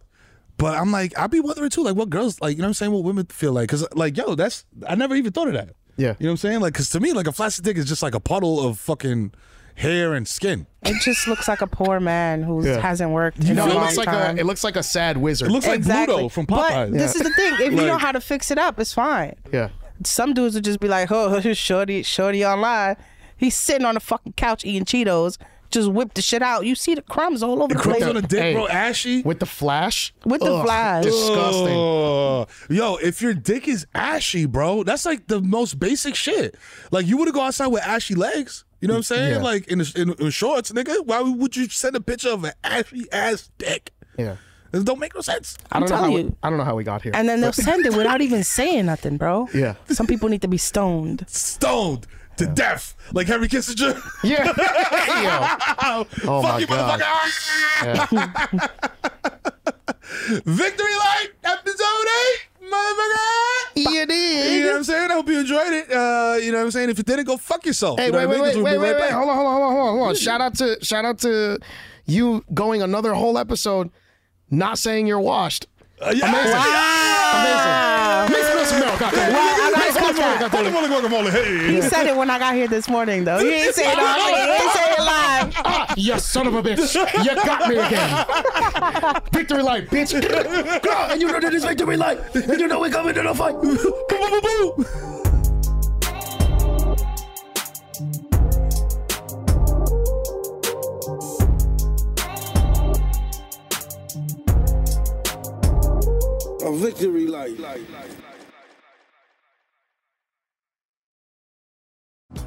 Speaker 1: but I'm like I be wondering too like what girls like you know what I'm saying what women feel like because like yo that's I never even thought of that
Speaker 3: Yeah.
Speaker 1: you know what I'm saying? Like, cause to me, like a flaccid dick is just like a puddle of fucking hair and skin.
Speaker 5: It just looks like a poor man who
Speaker 1: Yeah.
Speaker 5: hasn't worked in
Speaker 3: No,
Speaker 5: a
Speaker 3: it
Speaker 5: long
Speaker 3: looks like
Speaker 5: time.
Speaker 3: a it looks like a sad wizard.
Speaker 1: It looks like
Speaker 5: exactly.
Speaker 1: Bluto from
Speaker 5: But
Speaker 1: Popeye.
Speaker 5: this is the thing: if you know
Speaker 1: Like-
Speaker 5: how to fix it up, it's fine.
Speaker 3: yeah.
Speaker 5: Some dudes would just be like, "Oh, shorty, shorty online." He's sitting on the fucking couch eating Cheetos. Just whip the shit out. You see the crumbs all over the
Speaker 1: Crumbs
Speaker 5: place.
Speaker 1: on a dick,
Speaker 3: Hey.
Speaker 1: bro. Ashy.
Speaker 3: With the flash.
Speaker 5: With the
Speaker 3: Ugh,
Speaker 5: flash.
Speaker 3: Disgusting.
Speaker 1: Oh. Yo, if your dick is ashy, bro, that's like the most basic shit. Like, you wouldn't go outside with ashy legs. You know what I'm saying?
Speaker 3: Yeah.
Speaker 1: Like in, in in shorts, nigga. Why would you send a picture of an ashy ass dick?
Speaker 3: Yeah.
Speaker 1: It don't make no sense.
Speaker 3: I don't know
Speaker 5: telling
Speaker 3: how we,
Speaker 5: you.
Speaker 3: I don't know how we got here.
Speaker 5: And then they'll
Speaker 3: but-
Speaker 5: send it without even saying nothing, bro.
Speaker 3: Yeah.
Speaker 5: Some people need to be stoned.
Speaker 1: Stoned to death, like Henry Kissinger.
Speaker 3: Yeah. Yo.
Speaker 1: Ow.
Speaker 3: Oh
Speaker 1: Fuck
Speaker 3: my
Speaker 1: you,
Speaker 3: God.
Speaker 1: motherfucker. Victory Light episode eight, motherfucker.
Speaker 3: You
Speaker 1: You know what
Speaker 3: did.
Speaker 1: I'm saying? I hope you enjoyed it. Uh, you know what I'm saying? If you didn't, go fuck yourself.
Speaker 3: Hey,
Speaker 1: you know
Speaker 3: wait,
Speaker 1: what
Speaker 3: wait,
Speaker 1: I mean? 'Cause
Speaker 3: wait,
Speaker 1: we'll be
Speaker 3: wait, wait,
Speaker 1: right
Speaker 3: wait.
Speaker 1: back.
Speaker 3: Hold on, hold on, hold on, hold on, hold on. Shout out to shout out to you going another whole episode not saying you're washed.
Speaker 1: Uh,
Speaker 3: Amazing.
Speaker 1: Ah.
Speaker 3: Wow. Amazing. Let's smell some milk.
Speaker 5: Yeah, I like that.
Speaker 11: Guacamole, guacamole, hey.
Speaker 5: He said it when I got here this morning, though. He ain't say it on me. He ain't say it live.
Speaker 3: Ah, you son of a bitch. You got me again. Victory light, bitch. and you know that it's victory light. And you know we're coming to the fight. Come on, boo, boo.
Speaker 7: A victory light.